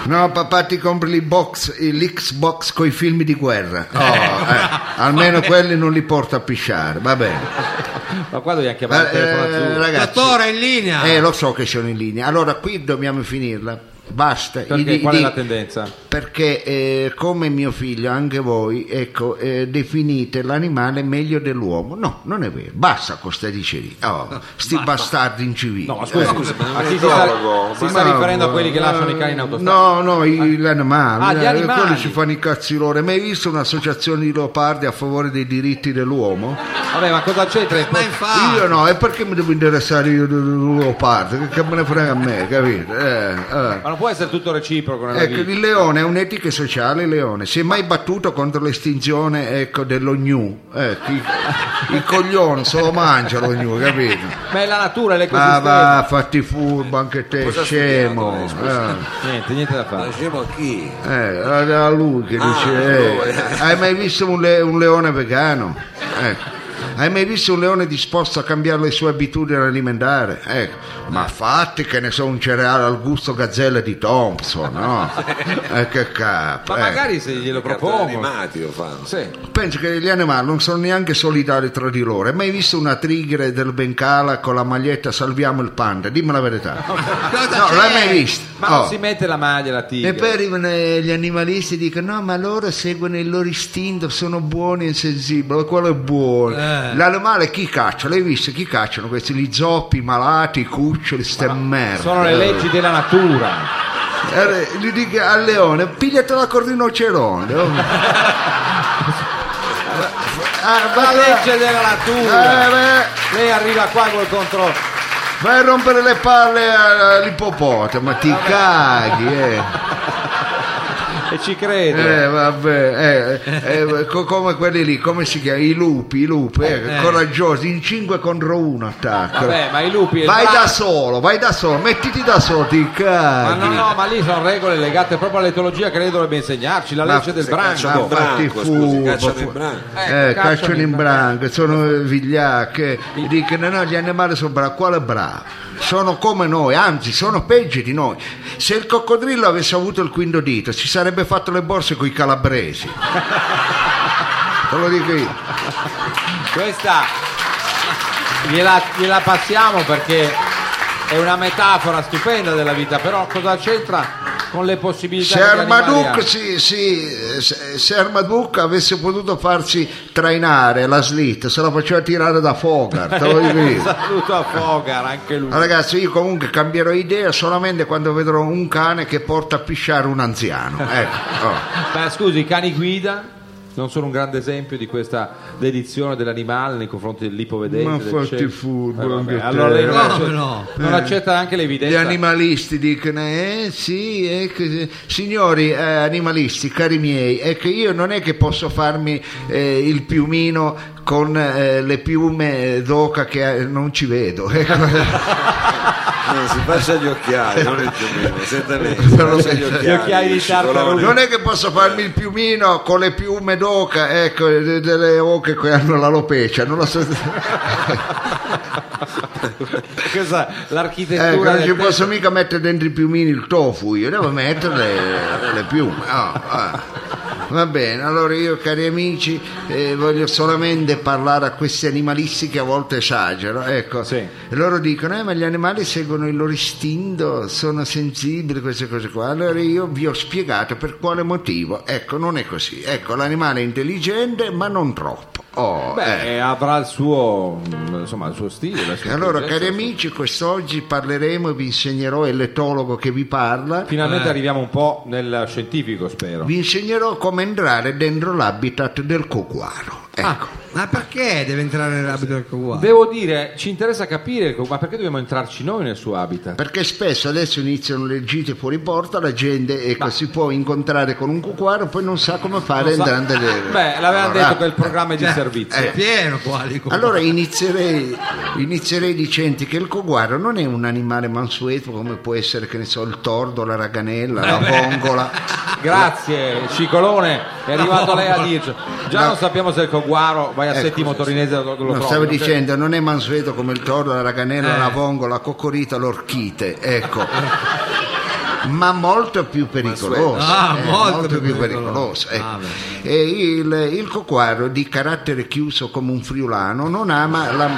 S5: No, papà ti compri i box, l'Xbox con i film di guerra. Oh, eh, almeno quelli non li porto a pisciare, va bene.
S2: Ma qua dobbiamo chiamare
S5: Ma,
S2: il telefono
S5: eh,
S2: azzurro.
S5: ragazzi,
S4: Dottore, è in linea.
S5: Eh, lo so che sono in linea. Allora, qui dobbiamo finirla. Basta.
S2: Perché?
S5: I- i-
S2: Qual è
S5: i-
S2: la tendenza?
S5: Perché eh, come mio figlio, anche voi, ecco, eh, definite l'animale meglio dell'uomo. No, non è vero. Basta con questa diceria. Oh, sti bastardi incivili.
S2: No, ma scusa,
S5: Eh,
S2: a chi si sta, si sta
S5: ma-
S2: riferendo a quelli che lasciano i cani in autostrada?
S5: eh, No, no, i- gli animali,
S2: Ah, gli
S5: eh,
S2: animali.
S5: quelli ci fanno i cazzi loro. Hai mai visto un'associazione di leopardi a favore dei diritti dell'uomo?
S2: Vabbè, ma cosa c'entra? il po-
S4: Ma
S2: Ah.
S4: infatti,
S5: Io no, e perché mi devo interessare io del leopardo? Che- Che me ne frega a me, capito? Eh, eh.
S2: Ma non può essere tutto reciproco nella
S5: Ecco,
S2: vita.
S5: il leone è un'etica sociale, il leone. Si è mai battuto contro l'estinzione ecco, dello gnu? Ecco, il, il coglione se lo mangia lo gnu, capito?
S2: Ma è la natura, è
S5: Ma
S2: l'ecosistema.
S5: va, fatti furbo anche te,
S1: Cosa ha
S5: scemo.
S1: studiato lei,
S2: Niente, niente da fare.
S1: Dicevo a chi?
S5: Eh, eh, a lui che dice,
S1: lui.
S5: eh, hai mai visto un, le- un leone vegano? Ecco. Hai mai visto un leone disposto a cambiare le sue abitudini alimentari? Ecco. Ma fatti che ne so un cereale al gusto gazzella di Thompson, no? Eh, che capo.
S2: Ma
S5: eh.
S2: magari se glielo
S1: Cartoni
S2: propongo.
S1: animati lo fanno.
S2: Sì.
S5: Penso che gli animali non sono neanche solidari tra di loro. Hai mai visto una tigre del Bengala con la maglietta Salviamo il panda? Dimmi la verità.
S4: Cosa
S5: No, l'hai
S4: c'è?
S5: mai vista?
S2: Ma
S5: Oh.
S2: non si mette la maglia la tigre.
S5: E poi arrivano eh, gli animalisti e dicono: No, ma loro seguono il loro istinto, sono buoni e sensibili. Quello è buono. L'animale chi caccia? L'hai visto? Chi cacciano questi? Gli zoppi, i malati, i cuccioli, ste merda.
S2: Sono le leggi della natura.
S5: Eh, gli dico al leone: Pigliatela col rinoceronte. oh. Ah,
S2: La
S5: vai là.
S2: legge della
S5: Eh,
S2: natura.
S5: beh.
S2: Lei arriva qua col controllo.
S5: Vai a rompere le palle all'ippopotamo, ma ti caghi, eh.
S2: E ci crede.
S5: Eh, vabbè, eh, eh, co- come quelli lì, come si chiama? I lupi, i lupi, eh, coraggiosi, in 5 contro 1 attaccano.
S2: Vabbè, ma i lupi. e il
S5: Eh. Vai
S2: ladro-
S5: da solo, vai da solo, mettiti da solo, ti
S2: Ma
S5: caghi.
S2: no, no, ma lì sono regole legate proprio all'etologia che lei dovrebbe insegnarci, la
S5: Ma
S2: legge del
S1: Se cacciano in
S2: branco.
S5: ma- fatti
S1: branco, scusi,
S5: furbo,
S1: cacciano in
S5: Ah, fu-
S1: branco.
S2: Eh,
S5: Eh,
S2: cacciano
S5: cacciano
S2: in
S5: in branco, sono eh, vigliacche, dicono no, gli animali sono bravi, quale bravo? Sono come noi, anzi sono peggio di noi. Se il coccodrillo avesse avuto il quinto dito si sarebbe fatto le borse con i
S2: *laughs*
S5: calabresi. Te lo dico io.
S2: Questa gliela, gliela passiamo perché è una metafora stupenda della vita, però cosa c'entra con le possibilità
S5: Se
S2: che gli animali hanno?
S5: Armaduc, si- si- se- se Armaduc avesse potuto farsi trainare la slitta, se la faceva tirare da Fogar, te lo dico
S2: Un
S5: io.
S2: saluto a Fogar, anche lui.
S5: Ma Ragazzi, io comunque cambierò idea solamente quando vedrò un cane che porta a pisciare un anziano. Ecco, oh.
S2: Ma scusi, i cani guida non sono un grande esempio di questa dedizione dell'animale nei confronti dell'ipovedente.
S5: Ma
S2: del
S5: fatti
S2: cieco?
S5: furbo
S2: Eh, vabbè,
S5: anche te.
S2: allora lei non,
S4: No,
S2: accetta,
S4: no.
S2: non accetta neanche
S5: Gli
S2: l'evidenza.
S5: animalisti dicono, eh sì, eh, che- signori eh, animalisti, cari miei, è che io non è che posso farmi eh, il piumino con eh, le piume eh, d'oca che eh, non ci vedo. *laughs* Ecco.
S1: No, Eh, si faccia gli occhiali, non il piumino, senta lei, si
S5: Non lo
S1: faccia gli
S5: penso.
S1: occhiali.
S2: Gli occhiali di tartaruga.
S5: Non è che posso farmi il piumino con le piume d'oca, ecco, de- delle oche che hanno l'alopecia, non lo so.
S2: *laughs* Questa-
S5: Eh,
S2: l'architettura
S5: non
S2: del
S5: ci
S2: testo.
S5: posso mica mettere dentro i piumini il tofu, io devo mettere le, le piume. Ah, ah. Va bene, allora io cari amici eh, voglio solamente parlare a questi animalisti che a volte esagerano. Ecco,
S2: Sì.
S5: E loro dicono, eh, ma gli animali seguono il loro istinto, sono sensibili, queste cose qua. Allora io vi ho spiegato per quale motivo. Ecco, non è così. Ecco, l'animale è intelligente ma non troppo. Oh, eh.
S2: Beh, avrà il suo, mh, insomma, il suo stile. la sua
S5: Allora,
S2: intelligenza,
S5: cari
S2: il suo-
S5: amici, quest'oggi parleremo, vi insegnerò, è l'etologo che vi parla,
S2: Finalmente arriviamo un po' nel scientifico, spero.
S5: vi insegnerò come entrare dentro l'habitat del coguaro.
S2: Ah.
S5: Ecco.
S4: Ma perché deve entrare l'abito del coguaro?
S2: Devo dire, ci interessa capire, il co- ma perché dobbiamo entrarci noi nel suo habitat?
S5: Perché spesso adesso iniziano le gite fuori porta, la gente ecco, si può incontrare con un coguaro, poi non sa come fare
S2: Non sa-
S5: entrando
S2: *laughs*
S5: dentro.
S2: Beh, l'avevano
S5: Allora,
S2: detto che il programma
S4: *laughs*
S2: è di servizio.
S4: Eh, È pieno qua di coguaro.
S5: Allora inizierei, inizierei dicendo che il coguaro non è un animale mansueto come può essere, che ne so, il tordo, la raganella,
S2: Eh *laughs*
S5: la vongola.
S2: Grazie, Cicolone, è arrivato lei a dirci. Già non sappiamo se il Coguaro vai a settimo torinese lo, lo
S5: No,
S2: trovi,
S5: stavo
S2: non c'è-
S5: dicendo, non è mansueto come il tordo, la raganella, la vongola, la cocorita, l'orchite, ecco. Ma molto più pericoloso,
S4: Ah, molto più
S5: più pericoloso.
S4: pericoloso.
S5: ecco. E il, il coquaro di carattere chiuso come un friulano non ama la,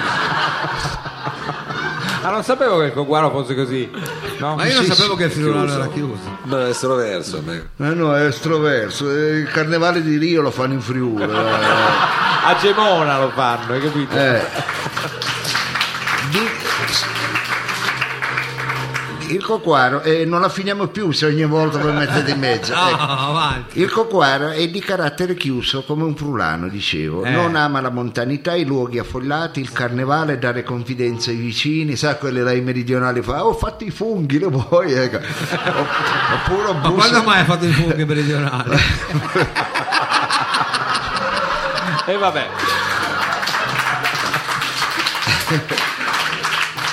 S2: Ah, non sapevo che il Coguaro fosse così. No?
S4: Ma io non
S5: Sì,
S4: sapevo
S5: sì,
S4: che il friulano era chiuso.
S1: Ma è estroverso. me.
S5: Eh no, è estroverso. Eh, Il carnevale di Rio lo fanno in Friuli. eh.
S2: A Gemona lo fanno, hai capito?
S5: Eh. Di- Il coquaro, eh, non la finiamo più se ogni volta lo mettete in mezzo.
S4: No,
S5: ecco.
S4: avanti.
S5: Il coquaro è di carattere chiuso come un frulano, dicevo.
S4: Eh.
S5: Non ama la montanità, i luoghi affollati, il carnevale, dare confidenza ai vicini, sa quelle dai meridionali fa, ho fatto i funghi, lo vuoi? Ecco. Opp- Oppure
S4: Ma
S5: bussa-
S4: quando mai ha fatto il funghi
S5: Eh,
S4: meridionale?
S2: E vabbè,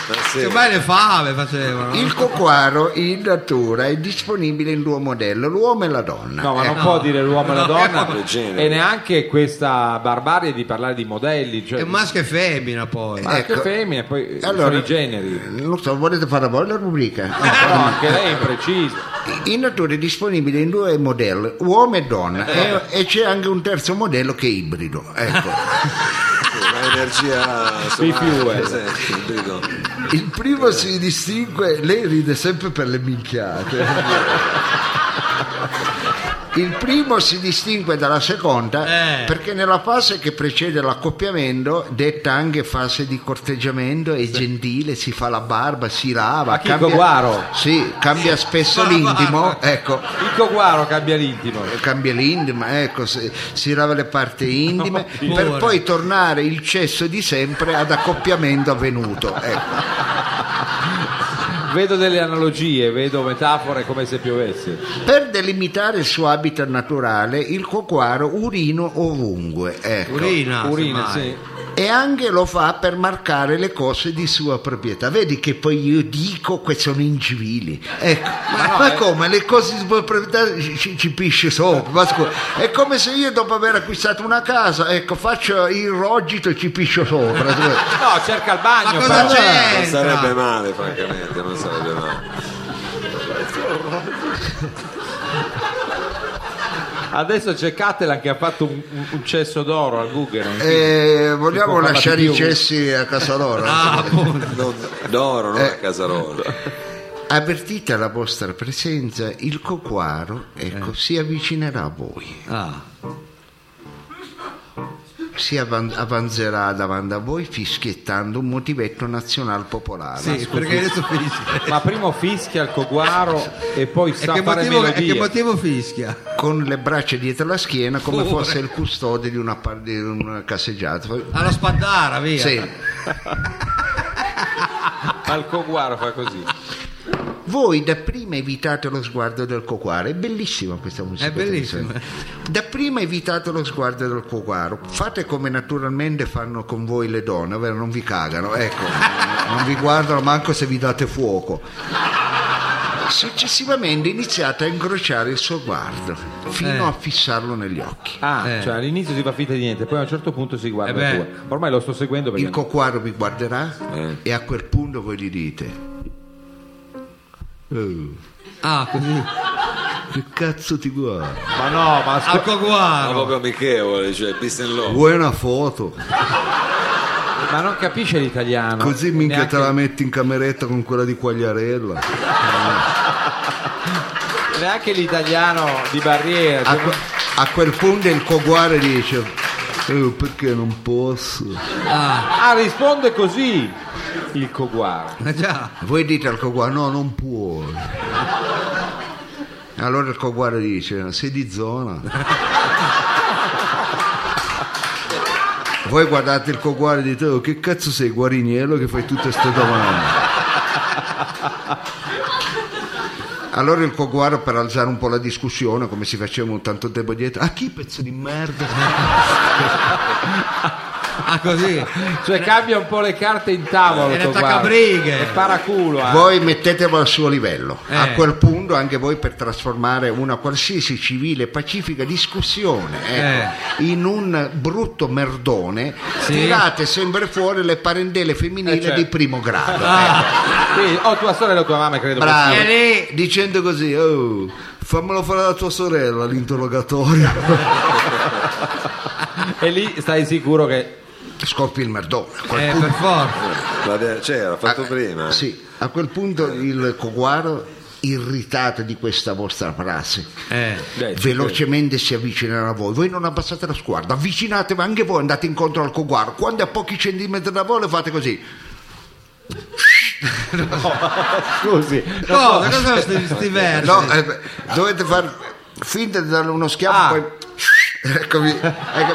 S5: Cioè,
S1: Ma sì.
S4: Semmai le fave facevano.
S5: Il coquaro in natura è disponibile in due modelli, l'uomo e la donna.
S2: no, ma non
S5: Ecco.
S2: può dire l'uomo e la
S4: No,
S2: donna,
S1: che genere.
S2: e neanche questa barbarie di parlare di modelli, cioè
S4: È maschio e femmina poi.
S2: ma anche
S5: Ecco.
S2: femmine, poi eh,
S5: Allora-
S2: sono i generi.
S5: Non so, volete fare voi la rubrica?
S2: No, anche lei è imprecisa.
S5: In natura è disponibile in due modelli, uomo e donna,
S2: Eh.
S5: e, e c'è anche un terzo modello che è ibrido. Ecco.
S1: L'energia
S2: fuel.
S5: Eh, Il primo si distingue, lei ride sempre per le minchiate. Il primo si distingue dalla seconda
S4: Eh.
S5: perché nella fase che precede l'accoppiamento, detta anche fase di corteggiamento, è gentile, si fa la barba, si lava,
S2: Ma Chico Guaro?
S5: sì, cambia spesso
S4: Fa la
S5: l'intimo,
S4: barba.
S5: ecco,
S2: Il coguaro cambia l'intimo.
S5: cambia l'indima, ecco, si, si lava le parti
S4: *laughs*
S5: indime
S4: Dio.
S5: per poi tornare il cesso di sempre ad accoppiamento avvenuto. Ecco.
S2: Vedo delle analogie, vedo metafore come se piovesse.
S5: Per delimitare il suo habitat naturale, il coquaro urino ovunque. Ecco.
S4: Urina.
S2: Urina,
S4: semmai.
S2: sì.
S5: E anche lo fa per marcare le cose di sua proprietà. Vedi che poi io dico che sono incivili. Ecco. Ma, ma
S2: eh.
S5: come? Le cose di sua proprietà ci, ci- ci pisce sopra. Ma scusa. È come se io dopo aver acquistato una casa, ecco, faccio il rogito e ci piscio
S2: *laughs*
S5: sopra. Scusa.
S2: No, cerca il bagno.
S4: Ma cosa
S2: però.
S4: c'è?
S1: Non sarebbe male, francamente, non sarebbe male.
S2: Adesso c'è Cattelan che ha fatto un, un- un cesso d'oro al Guggenheim.
S5: Eh,
S2: Si può
S5: vogliamo lasciare
S2: parlare
S5: i
S2: di più.
S5: cessi a casa loro?
S4: Ah, appunto.
S1: Non- d'oro, non
S5: Eh.
S1: a Casarolo.
S5: Avvertita la vostra presenza, il coquaro ecco, si avvicinerà a voi,
S4: Ah.
S5: si avan- avanzerà davanti a voi fischiettando un motivetto nazionale popolare.
S4: Sì, perché adesso fischia.
S2: Ma prima fischia il coguaro e poi
S4: E
S2: sa
S4: che,
S2: fare
S4: motivo, e
S2: melodie.
S4: che motivo fischia?
S5: Con le braccia dietro la schiena come fosse il custode di una, par- di una casseggiata.
S4: Alla spaddara, via.
S5: Sì.
S2: Ma il coguaro fa così.
S5: Voi dapprima evitate lo sguardo del coquaro, è bellissima questa musica.
S4: È bellissima.
S5: Dapprima evitate lo sguardo del coquaro, fate come naturalmente fanno con voi le donne, ovvero non vi cagano, ecco, non vi guardano manco se vi date fuoco. Successivamente iniziate a incrociare il suo guardo fino
S4: Eh.
S5: a fissarlo negli occhi.
S2: Ah,
S4: Eh.
S2: cioè all'inizio si fa finta di niente, poi a un certo punto si
S4: Eh
S2: guarda
S4: beh.
S2: tu. Ormai lo sto seguendo perché
S5: Il coquaro vi guarderà e a quel punto voi gli dite... "Oh,
S4: Ah, così.
S5: che cazzo ti guardi?
S2: Ma no, ma scu-
S1: Ma
S4: Al
S2: Oh,
S4: coguaro.
S1: Ah, proprio amichevole, cioè pistello.
S5: Vuoi una foto?
S2: ma non capisce
S4: Ah.
S2: l'italiano.
S5: Così minchia
S2: Neanche-
S5: te la metti in cameretta con quella di Quagliarella.
S2: Neanche l'italiano di barriera.
S5: A, que- a quel punto il coguare dice "Eh, perché non posso?
S4: Ah,
S2: Ah, risponde così il coguaro.
S4: ma già.
S5: Voi dite al coguare no, non puoi. Allora il coguare dice sei di zona. Voi guardate il coguare e dite oh, che cazzo sei guariniello che fai tutte ste domande. Allora il coguaro per alzare un po' la discussione come si faceva un tanto tempo dietro a chi pezzo di merda?
S4: Ah, così.
S2: Cioè cambia un po' le carte in tavola.
S4: E
S2: il
S4: le
S2: coguaro.
S4: attaccabrighe.
S2: E paraculo. eh.
S5: Voi mettetelo al suo livello.
S4: Eh.
S5: A quel punto anche voi per trasformare una qualsiasi civile e pacifica discussione ecco, in un brutto merdone,
S4: Eh. Sì.
S5: tirate sempre fuori le parentele femminili
S2: Eh, certo.
S5: di primo grado.
S2: Sì, o tua sorella o tua mamma credo.
S5: Bravo.
S4: Ah, Sì, lì.
S5: Dicendo così, "Oh, fammelo fare alla tua
S4: *laughs*
S5: sorella l'interrogatorio.
S2: E lì stai sicuro che
S5: scoppi il merdone. A quel
S4: Eh,
S5: punto-
S4: per forza.
S1: L'aveva- C'era, cioè, fatto
S5: Ah,
S1: prima.
S5: Sì, a quel punto il Coguaro, irritato di questa vostra frase,
S4: Eh.
S8: Dai,
S5: velocemente si avvicinerà a voi. Voi non abbassate lo sguardo, avvicinatevi anche voi, andate incontro al Coguaro. Quando è a pochi centimetri da voi, le fate così.
S2: Scusi,
S4: Cosa? Cosa sono sti, sti versi?
S5: No, eh, beh, dovete far finta di darle uno schiaffo,
S2: Ah.
S5: poi. Eccomi. Ecco.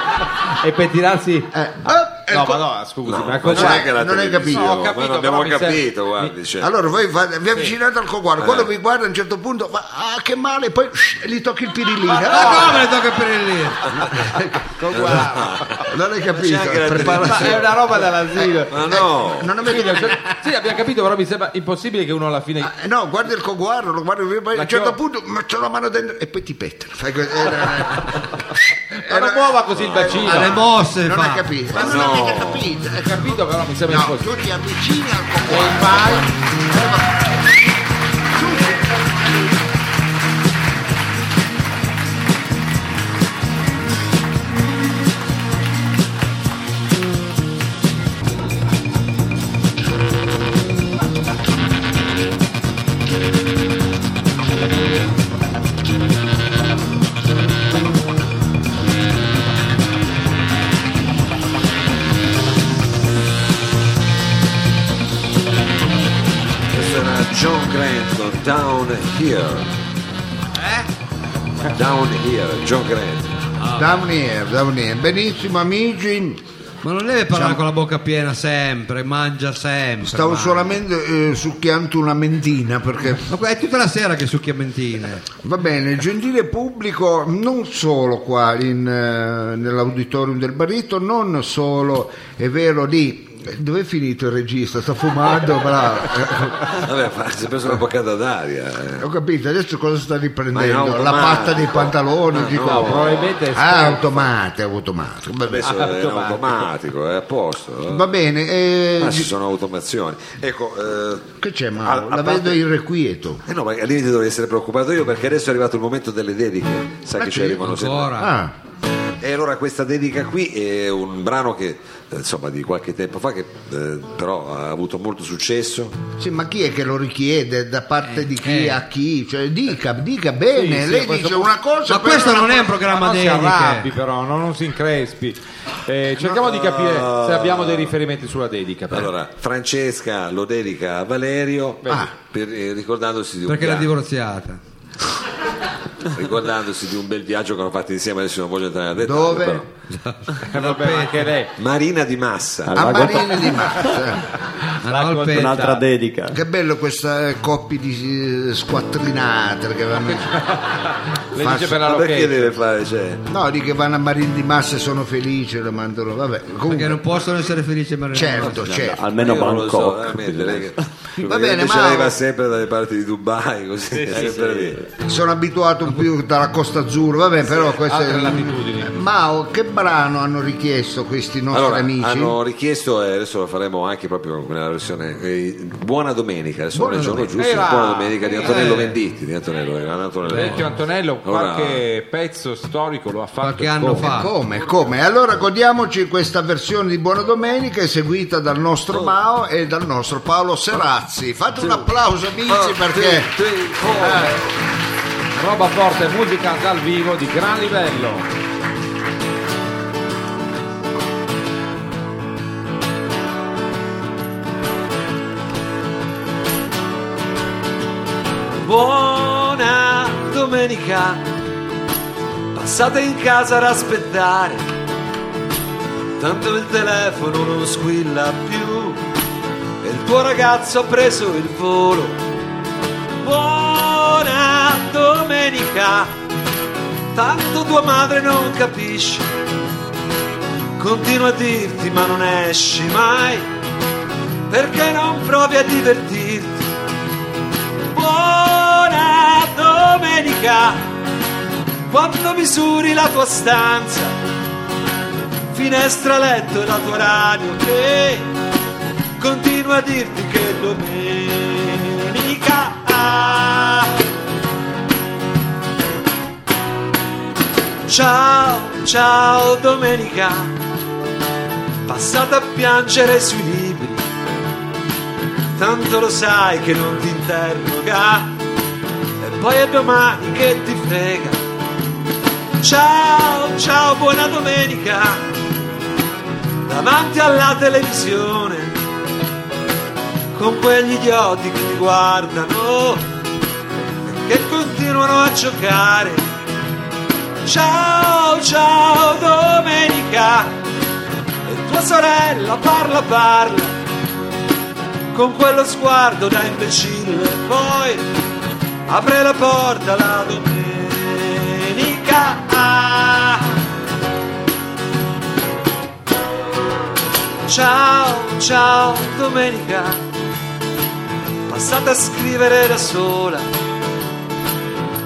S2: e pettinarsi
S5: eh,
S2: no
S5: ecco.
S2: ma no scusi
S1: No,
S2: ma
S1: ma
S2: cosa
S1: non è che la
S5: non hai
S1: televisione,
S5: capito.
S2: No, ho capito,
S1: ma non abbiamo
S2: però mi serve-
S1: capito, guardi. cioè.
S5: Allora voi va- vi avvicinate al coguardo, quando vi guarda a un certo punto, ma ah, che male, poi shh, gli tocchi il pirillino.
S4: Ma come le tocca per lì?
S5: Ah, *laughs* non hai
S1: c'è
S5: capito,
S1: anche la
S5: prepara- Eh,
S2: ma è una roba dall'asilo
S1: Ma no,
S5: Non avete
S2: Quindi, sì abbiamo capito però mi sembra impossibile che uno alla fine
S5: Eh, No, guarda il coguardo, lo guardi poi a
S2: Ma
S5: un
S2: che ho-
S5: certo punto metto la mano dentro e poi ti pettano.
S2: *laughs*
S5: Fai così. eh,
S2: ma non muova così il bacino
S4: Alle
S2: ho
S4: mosse
S5: non
S4: fa.
S5: hai capito, ma non
S1: no.
S5: avete capito. eh, cap-
S2: capito però mi sembra
S5: No,
S2: impossibile
S5: tu ti avvicini al
S2: e
S5: coguardo.
S2: il mai
S1: questo era John Grant, Down Here. Eh? Down Here, John Grant.
S5: Down here, down here. Benissimo amici,
S4: Ma non deve parlare con la bocca piena sempre, mangia sempre.
S5: Diciamo- stavo
S4: mangia.
S5: solamente eh, succhiando una mentina perché
S4: Ma qua è tutta la sera che succhia mentine.
S5: Va bene, gentile pubblico, non solo qua in, eh, nell'auditorium del Barito, non solo, è vero, lì, dove è finito il regista? Sta fumando, bravo. Eh,
S1: Vabbè, fa- si è preso una boccata d'aria. eh.
S5: Ho capito, adesso cosa sta
S1: Ma è
S5: riprendendo? La
S1: automatico.
S5: patta dei pantaloni, dico.
S1: no,
S2: probabilmente è
S5: Ah, automatico, automatico. Va bene. Ah,
S1: Adesso è in Ah, automatico, è a posto. eh.
S5: Va bene, eh,
S1: Ah, ci sono automazioni. Ecco, eh,
S5: che c'è
S1: A-
S5: Mauro?
S1: a
S5: La
S1: parte-
S5: vedo irrequieto.
S1: eh no, ma al limite dovrei essere preoccupato io perché adesso è arrivato il momento delle dediche. Sai
S5: Ma
S1: che ci
S5: sì,
S1: arrivano sempre.
S4: certo, Ancora.
S5: Ah,
S1: E allora questa dedica qui è un brano che eh, insomma di qualche tempo fa che eh, però ha avuto molto successo.
S5: sì, ma chi è che lo richiede? Da parte di chi
S4: eh.
S5: a chi? Cioè, dica, dica bene,
S2: Sì, sì, a
S5: lei
S2: questo
S5: dice
S2: punto-
S5: una cosa...
S4: Ma
S5: però
S4: questo
S5: una
S4: non è un
S2: Ma
S4: programma
S2: non si arrabbi
S4: dediche.
S2: però, no, non si increspi. Eh, cerchiamo di capire se abbiamo dei riferimenti sulla dedica. però.
S1: Allora, Francesca lo dedica a Valerio per- eh, ricordandosi, di un
S4: Perché l'ha
S1: viaggio,
S4: divorziata.
S1: ricordandosi di un bel viaggio che hanno fatto insieme, adesso non voglio entrare a dettaglio.
S5: Dove?
S1: però.
S2: Eh, *laughs* vabbè, anche lei.
S1: Marina di Massa.
S5: a Marina di Massa.
S4: Ma Ah, no, il
S2: Racconta-
S4: pe-
S8: Un'altra dedica.
S5: Che bello questa eh, coppia di eh, squattrinate che vanno,
S2: Le
S5: Fa-
S2: dice per la
S1: Ma perché
S2: location.
S1: deve fare? Cioè,
S5: no, di che vanno a Marin di Massa e sono felici, lo mandano. Vabbè,
S4: Perché
S5: comunque,
S4: non possono essere felici ma
S5: certo, certo.
S8: Almeno
S1: Eh, io non lo so,
S8: Bangkok.
S1: veramente, lei che-
S5: Va
S1: perché
S5: bene,
S1: invece
S5: ma-
S1: lei va sempre dalle parti di Dubai, così è sempre lì.
S5: Sono abituato un più dalla Costa Azzurra, vabbè, però questo
S2: altre
S5: è.
S2: latitudini.
S5: Mao, che brano hanno richiesto questi nostri
S1: Allora,
S5: amici?
S1: hanno richiesto, e adesso lo faremo anche proprio nella versione eh, Buona Domenica, adesso non è il giorno giusto,
S2: Era-
S1: Buona Domenica di
S2: eh.
S1: Antonello Venditti, di Antonello, era Antonello.
S2: Vecchio Antonello,
S1: Allora-
S2: qualche pezzo storico lo ha fatto.
S4: Qualche anno
S2: come?
S4: fa.
S5: Come, come? Allora godiamoci questa versione di Buona Domenica eseguita dal
S2: Oh.
S5: nostro Mao e dal nostro Paolo Serazzi. Fate un applauso
S2: Oh,
S5: amici perché...
S2: eh. Roba forte, musica dal vivo di gran livello.
S9: Buona domenica, passate in casa ad aspettare, tanto il telefono non squilla più e il tuo ragazzo ha preso il volo. Buona domenica, tanto tua madre non capisce, continua a dirti ma non esci mai, perché non provi a divertirti? buona domenica quando misuri la tua stanza finestra letto e la tua radio che continua a dirti che è domenica ciao ciao domenica
S1: passata a piangere sui libri. Tanto lo sai che non ti interroga, e poi è domani che ti frega. Ciao, ciao, buona domenica, davanti alla televisione, con quegli idioti che ti guardano e che continuano a giocare. Ciao, ciao, domenica, e tua sorella parla, parla, con quello sguardo da imbecille, poi apre la porta la domenica. Ciao, ciao, domenica, passata a scrivere da sola,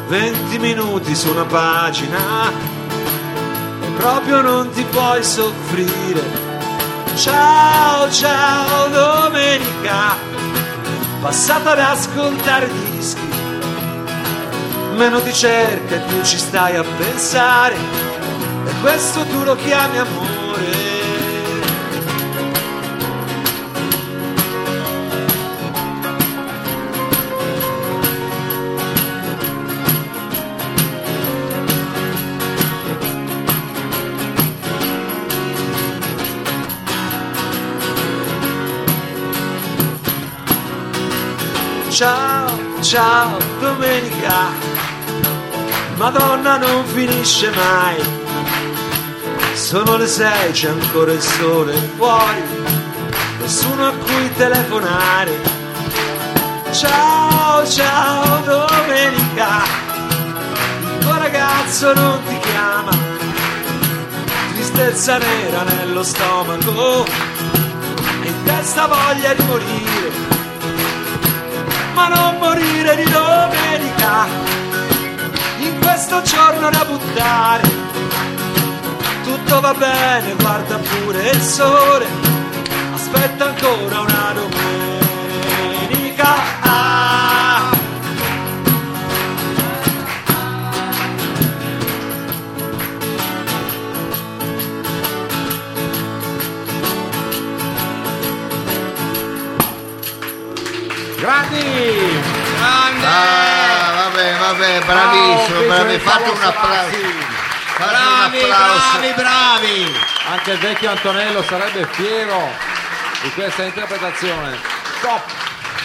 S1: 20 minuti su una pagina, e proprio non ti puoi soffrire. Ciao, ciao, domenica, passata ad ascoltare dischi, meno ti cerca e più ci stai a pensare, e questo tu lo chiami amore. Ciao, ciao, domenica. Madonna non finisce mai. Sono le sei, c'è ancora il sole fuori. Nessuno a cui telefonare. Ciao, ciao, domenica. Il tuo ragazzo non ti chiama. Tristezza nera nello stomaco. E in testa voglia di morire ma non morire di domenica in questo giorno da buttare tutto va bene guarda pure il sole aspetta ancora una domenica Ah.
S2: Grandi!
S5: Ah, vabbè, vabbè, bravissimo,
S2: Bravo,
S5: bravi.
S2: Pietro
S5: Fate un
S2: Paolo
S5: applauso.
S2: Savassi.
S5: Fate un applauso.
S4: bravi!
S2: Anche il vecchio Antonello sarebbe fiero di questa interpretazione. Top!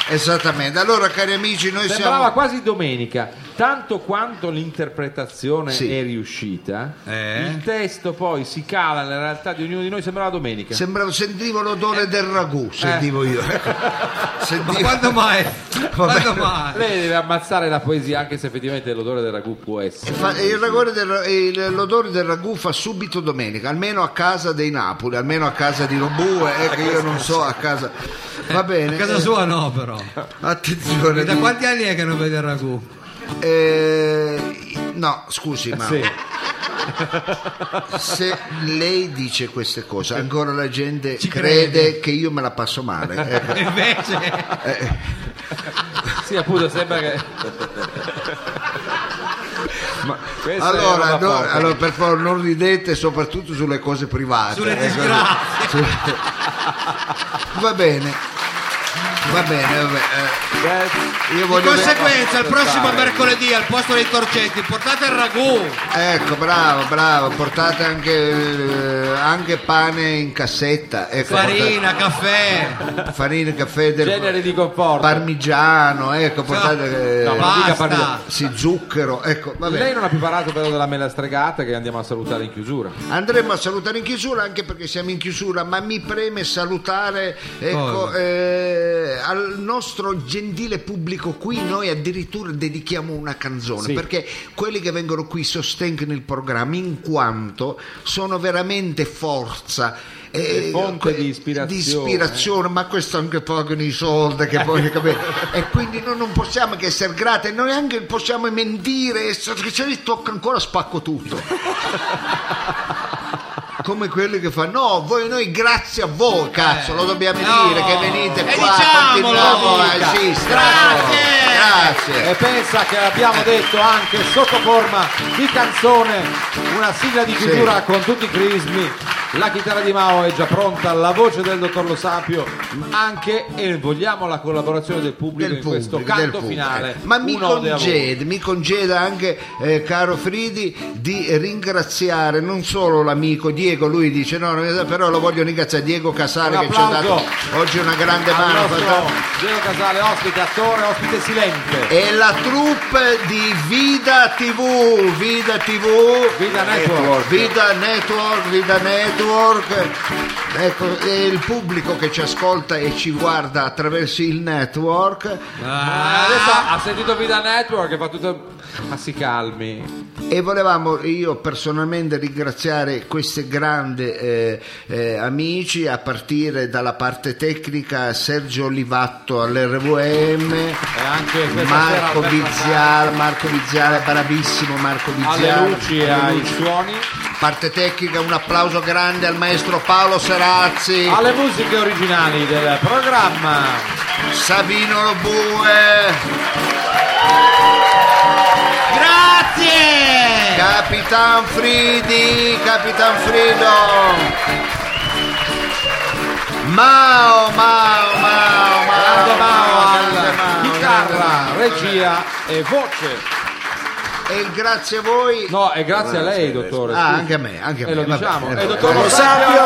S5: Esattamente. Allora, cari amici, noi
S2: Sembrava
S5: siamo
S2: quasi domenica, tanto quanto l'interpretazione
S5: Sì.
S2: è riuscita,
S4: Eh.
S2: il testo poi si cala nella realtà di ognuno di noi, sembrava domenica.
S5: sembrava- sentivo l'odore del ragù, sentivo io. ecco.
S2: *laughs*
S4: Ma
S5: Sentivo-
S4: quando *laughs* mai? Quando mai?
S2: Lei deve ammazzare la poesia anche se effettivamente l'odore del ragù può essere.
S5: Fa- e il ragore del ra- e il- l'odore del ragù fa subito domenica, almeno a casa dei Napoli, almeno a casa di Robue, ecco io non so a casa. Va bene.
S4: A casa
S5: eh,
S4: sua no però.
S5: Attenzione.
S4: E da
S5: di-
S4: quanti anni è che non vede il ragù?
S5: eh, no, scusi, ma
S2: Sì.
S5: se lei dice queste cose, ancora la gente
S4: Ci
S5: crede.
S4: crede.
S5: che io me la passo male. ecco.
S4: Invece
S2: Sì, appunto, sembra che. *laughs* Ma questa è
S5: Allora,
S2: roba
S5: no,
S2: forte.
S5: allora, per favore non ridete soprattutto sulle cose private.
S4: sulle
S5: ecco.
S4: disgrazie.
S5: Va bene. Va bene, va bene, eh,
S2: Beh,
S5: io
S4: Di
S5: voglio
S4: conseguenza, il prossimo mercoledì al posto dei torcetti portate il ragù.
S5: Ecco, bravo, bravo, portate anche, eh, anche pane in cassetta, ecco,
S4: Farina, caffè.
S5: portate- farina, caffè del
S2: generi di conforto.
S5: parmigiano, ecco, portate eh,
S2: No, ma-
S4: Basta.
S2: parmigiano.
S5: sì, zucchero, ecco, va
S2: Lei
S5: bene.
S2: non ha più parlato però della mela stregata che andiamo a salutare in chiusura.
S5: Andremo a salutare in chiusura anche perché siamo in chiusura, ma mi preme salutare ecco,
S4: Cosa?
S5: eh, al nostro gentile pubblico qui, noi addirittura dedichiamo una canzone,
S2: Sì.
S5: perché quelli che vengono qui sostengono il programma in quanto sono veramente forza. eh,
S2: E fonte
S5: que-
S2: di ispirazione,
S5: di ispirazione, ma questo anche pagano i soldi che poi capite? e quindi noi non possiamo che essere grati e noi anche possiamo mentire perché se li tocca ancora spacco tutto come quelli che fanno no voi noi grazie a voi cazzo lo dobbiamo
S4: Eh, no.
S5: dire che venite
S4: E
S5: qua
S4: diciamolo,
S5: continuiamo a
S4: dica.
S5: esistere
S4: Grazie.
S5: grazie
S2: E pensa che abbiamo detto anche sotto forma di canzone una sigla di chiusura con tutti i crismi La chitarra di Mao è già pronta, la voce del dottor Lo Sapio anche e vogliamo la collaborazione del pubblico in questo
S5: pubblico, del
S2: canto
S5: pubblico,
S2: finale.
S5: eh. Ma mi
S2: Una ode a voi.
S5: congeda, mi congeda anche, eh, caro Fridi, di ringraziare non solo l'amico Diego, lui dice no, non è- però lo voglio ringraziare Diego Casale
S2: Un
S5: che ci ha dato
S2: applauso.
S5: oggi una grande
S2: Al
S5: mano.
S2: nostro
S5: fantastica.
S2: Gelo Casale, ospite, attore, ospite silente.
S5: E la troupe di Vida TV, Vida TV,
S2: Vida Network.
S5: Vida Network, Vida Network. Ecco, e il pubblico che ci ascolta e ci guarda attraverso il network
S2: Ah, Adesso ha sentito Vida Network e fa tutto... Ma si calmi.
S5: e volevamo io personalmente ringraziare questi grandi eh, eh, amici a partire dalla parte tecnica Sergio Olivatto all'RVM.
S2: E anche questa sera
S5: Marco
S2: Alberto
S5: Viziale, Marco Viziale, bravissimo Marco
S2: Casale, Alle
S5: Viziale.
S2: luci e ai suoni.
S5: Parte tecnica, un applauso grande al maestro Paolo Serazzi,
S2: Alle musiche originali del programma.
S5: Savino Lobue,
S13: Grazie!
S5: Capitan Fridi, Capitan Frido. Mao, Mao, Mao, Mao,
S2: Grande Mao
S5: grande
S2: alla
S5: Mao,
S2: chitarra,
S5: grande Mao.
S2: regia e voce.
S5: E grazie a voi.
S2: No, e grazie a lei, dottore.
S5: Ah,
S2: scusi.
S5: anche a me, anche a
S2: E
S5: me.
S2: lo
S5: vabbè, eh,
S2: diciamo.
S5: vabbè,
S2: E dottor
S5: vabbè.
S2: Lo Sapio!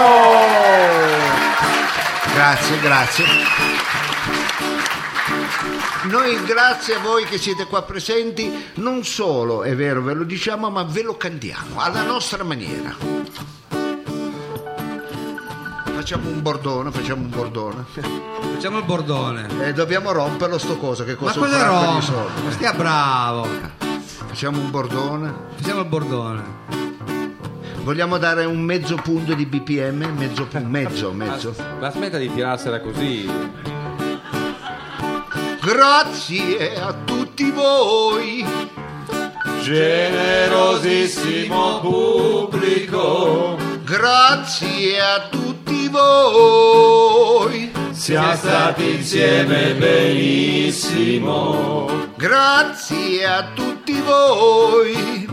S5: Grazie, grazie. Noi grazie a voi che siete qua presenti, non solo, è vero, ve lo diciamo, ma ve lo cantiamo alla nostra maniera. Facciamo un bordone, facciamo un bordone. *laughs*
S4: Facciamo il bordone.
S5: E dobbiamo romperlo sto coso che
S4: Ma
S5: costa un
S4: cosa
S5: fracco di
S4: rompo?
S5: soldi.
S4: Ma stia bravo.
S5: Facciamo un bordone.
S4: Facciamo il bordone.
S5: Vogliamo dare un mezzo punto di BPM? Mezzo punto, mezzo, mezzo.
S2: Ma smetta di tirarsela così.
S5: Grazie a tutti voi.
S9: Generosissimo pubblico,
S5: Grazie a tutti voi,
S9: siamo stati insieme benissimo.
S5: grazie a tutti voi.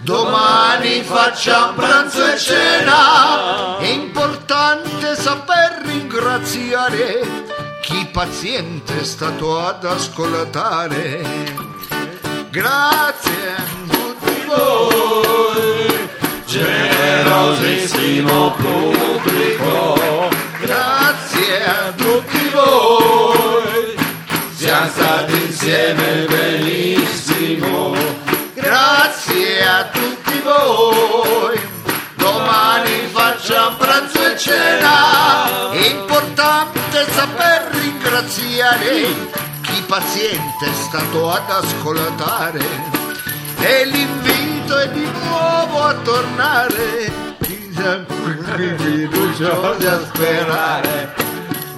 S5: Domani facciamo pranzo e cena, è importante saper ringraziare chi paziente è stato ad ascoltare. Grazie a tutti voi,
S9: Generosissimo pubblico,
S5: grazie a tutti
S9: voi siamo stati insieme benissimo.
S5: Grazie a tutti voi. Domani facciamo pranzo e cena. È importante saper ringraziare chi paziente è stato ad ascoltare. E l'invito è di nuovo a tornare. Chi siamo qui fiduciosi a sperare.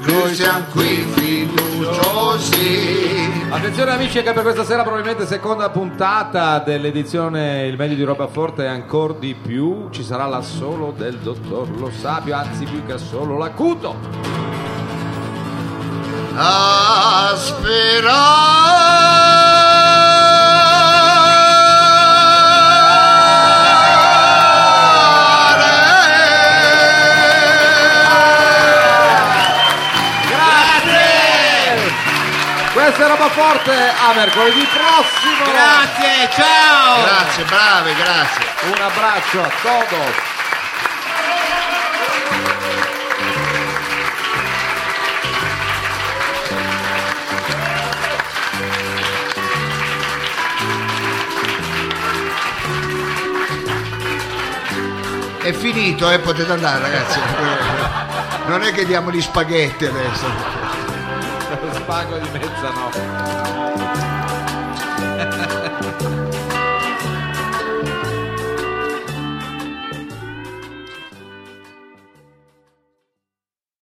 S5: Noi siamo qui fiduciosi.
S2: Attenzione amici che per questa sera probabilmente seconda puntata dell'edizione Il meglio di roba forte e ancora di più ci sarà la solo del dottor Lo Sapio, anzi più che solo l'acuto.
S5: a sperare.
S2: Questa è roba forte a mercoledì prossimo.
S13: Grazie, ciao!
S5: Grazie, bravi, grazie.
S2: Un abbraccio a todos.
S5: È finito, eh, potete andare *laughs* ragazzi. Non è che diamo gli spaghetti adesso.
S2: Lo spago di mezzanotte.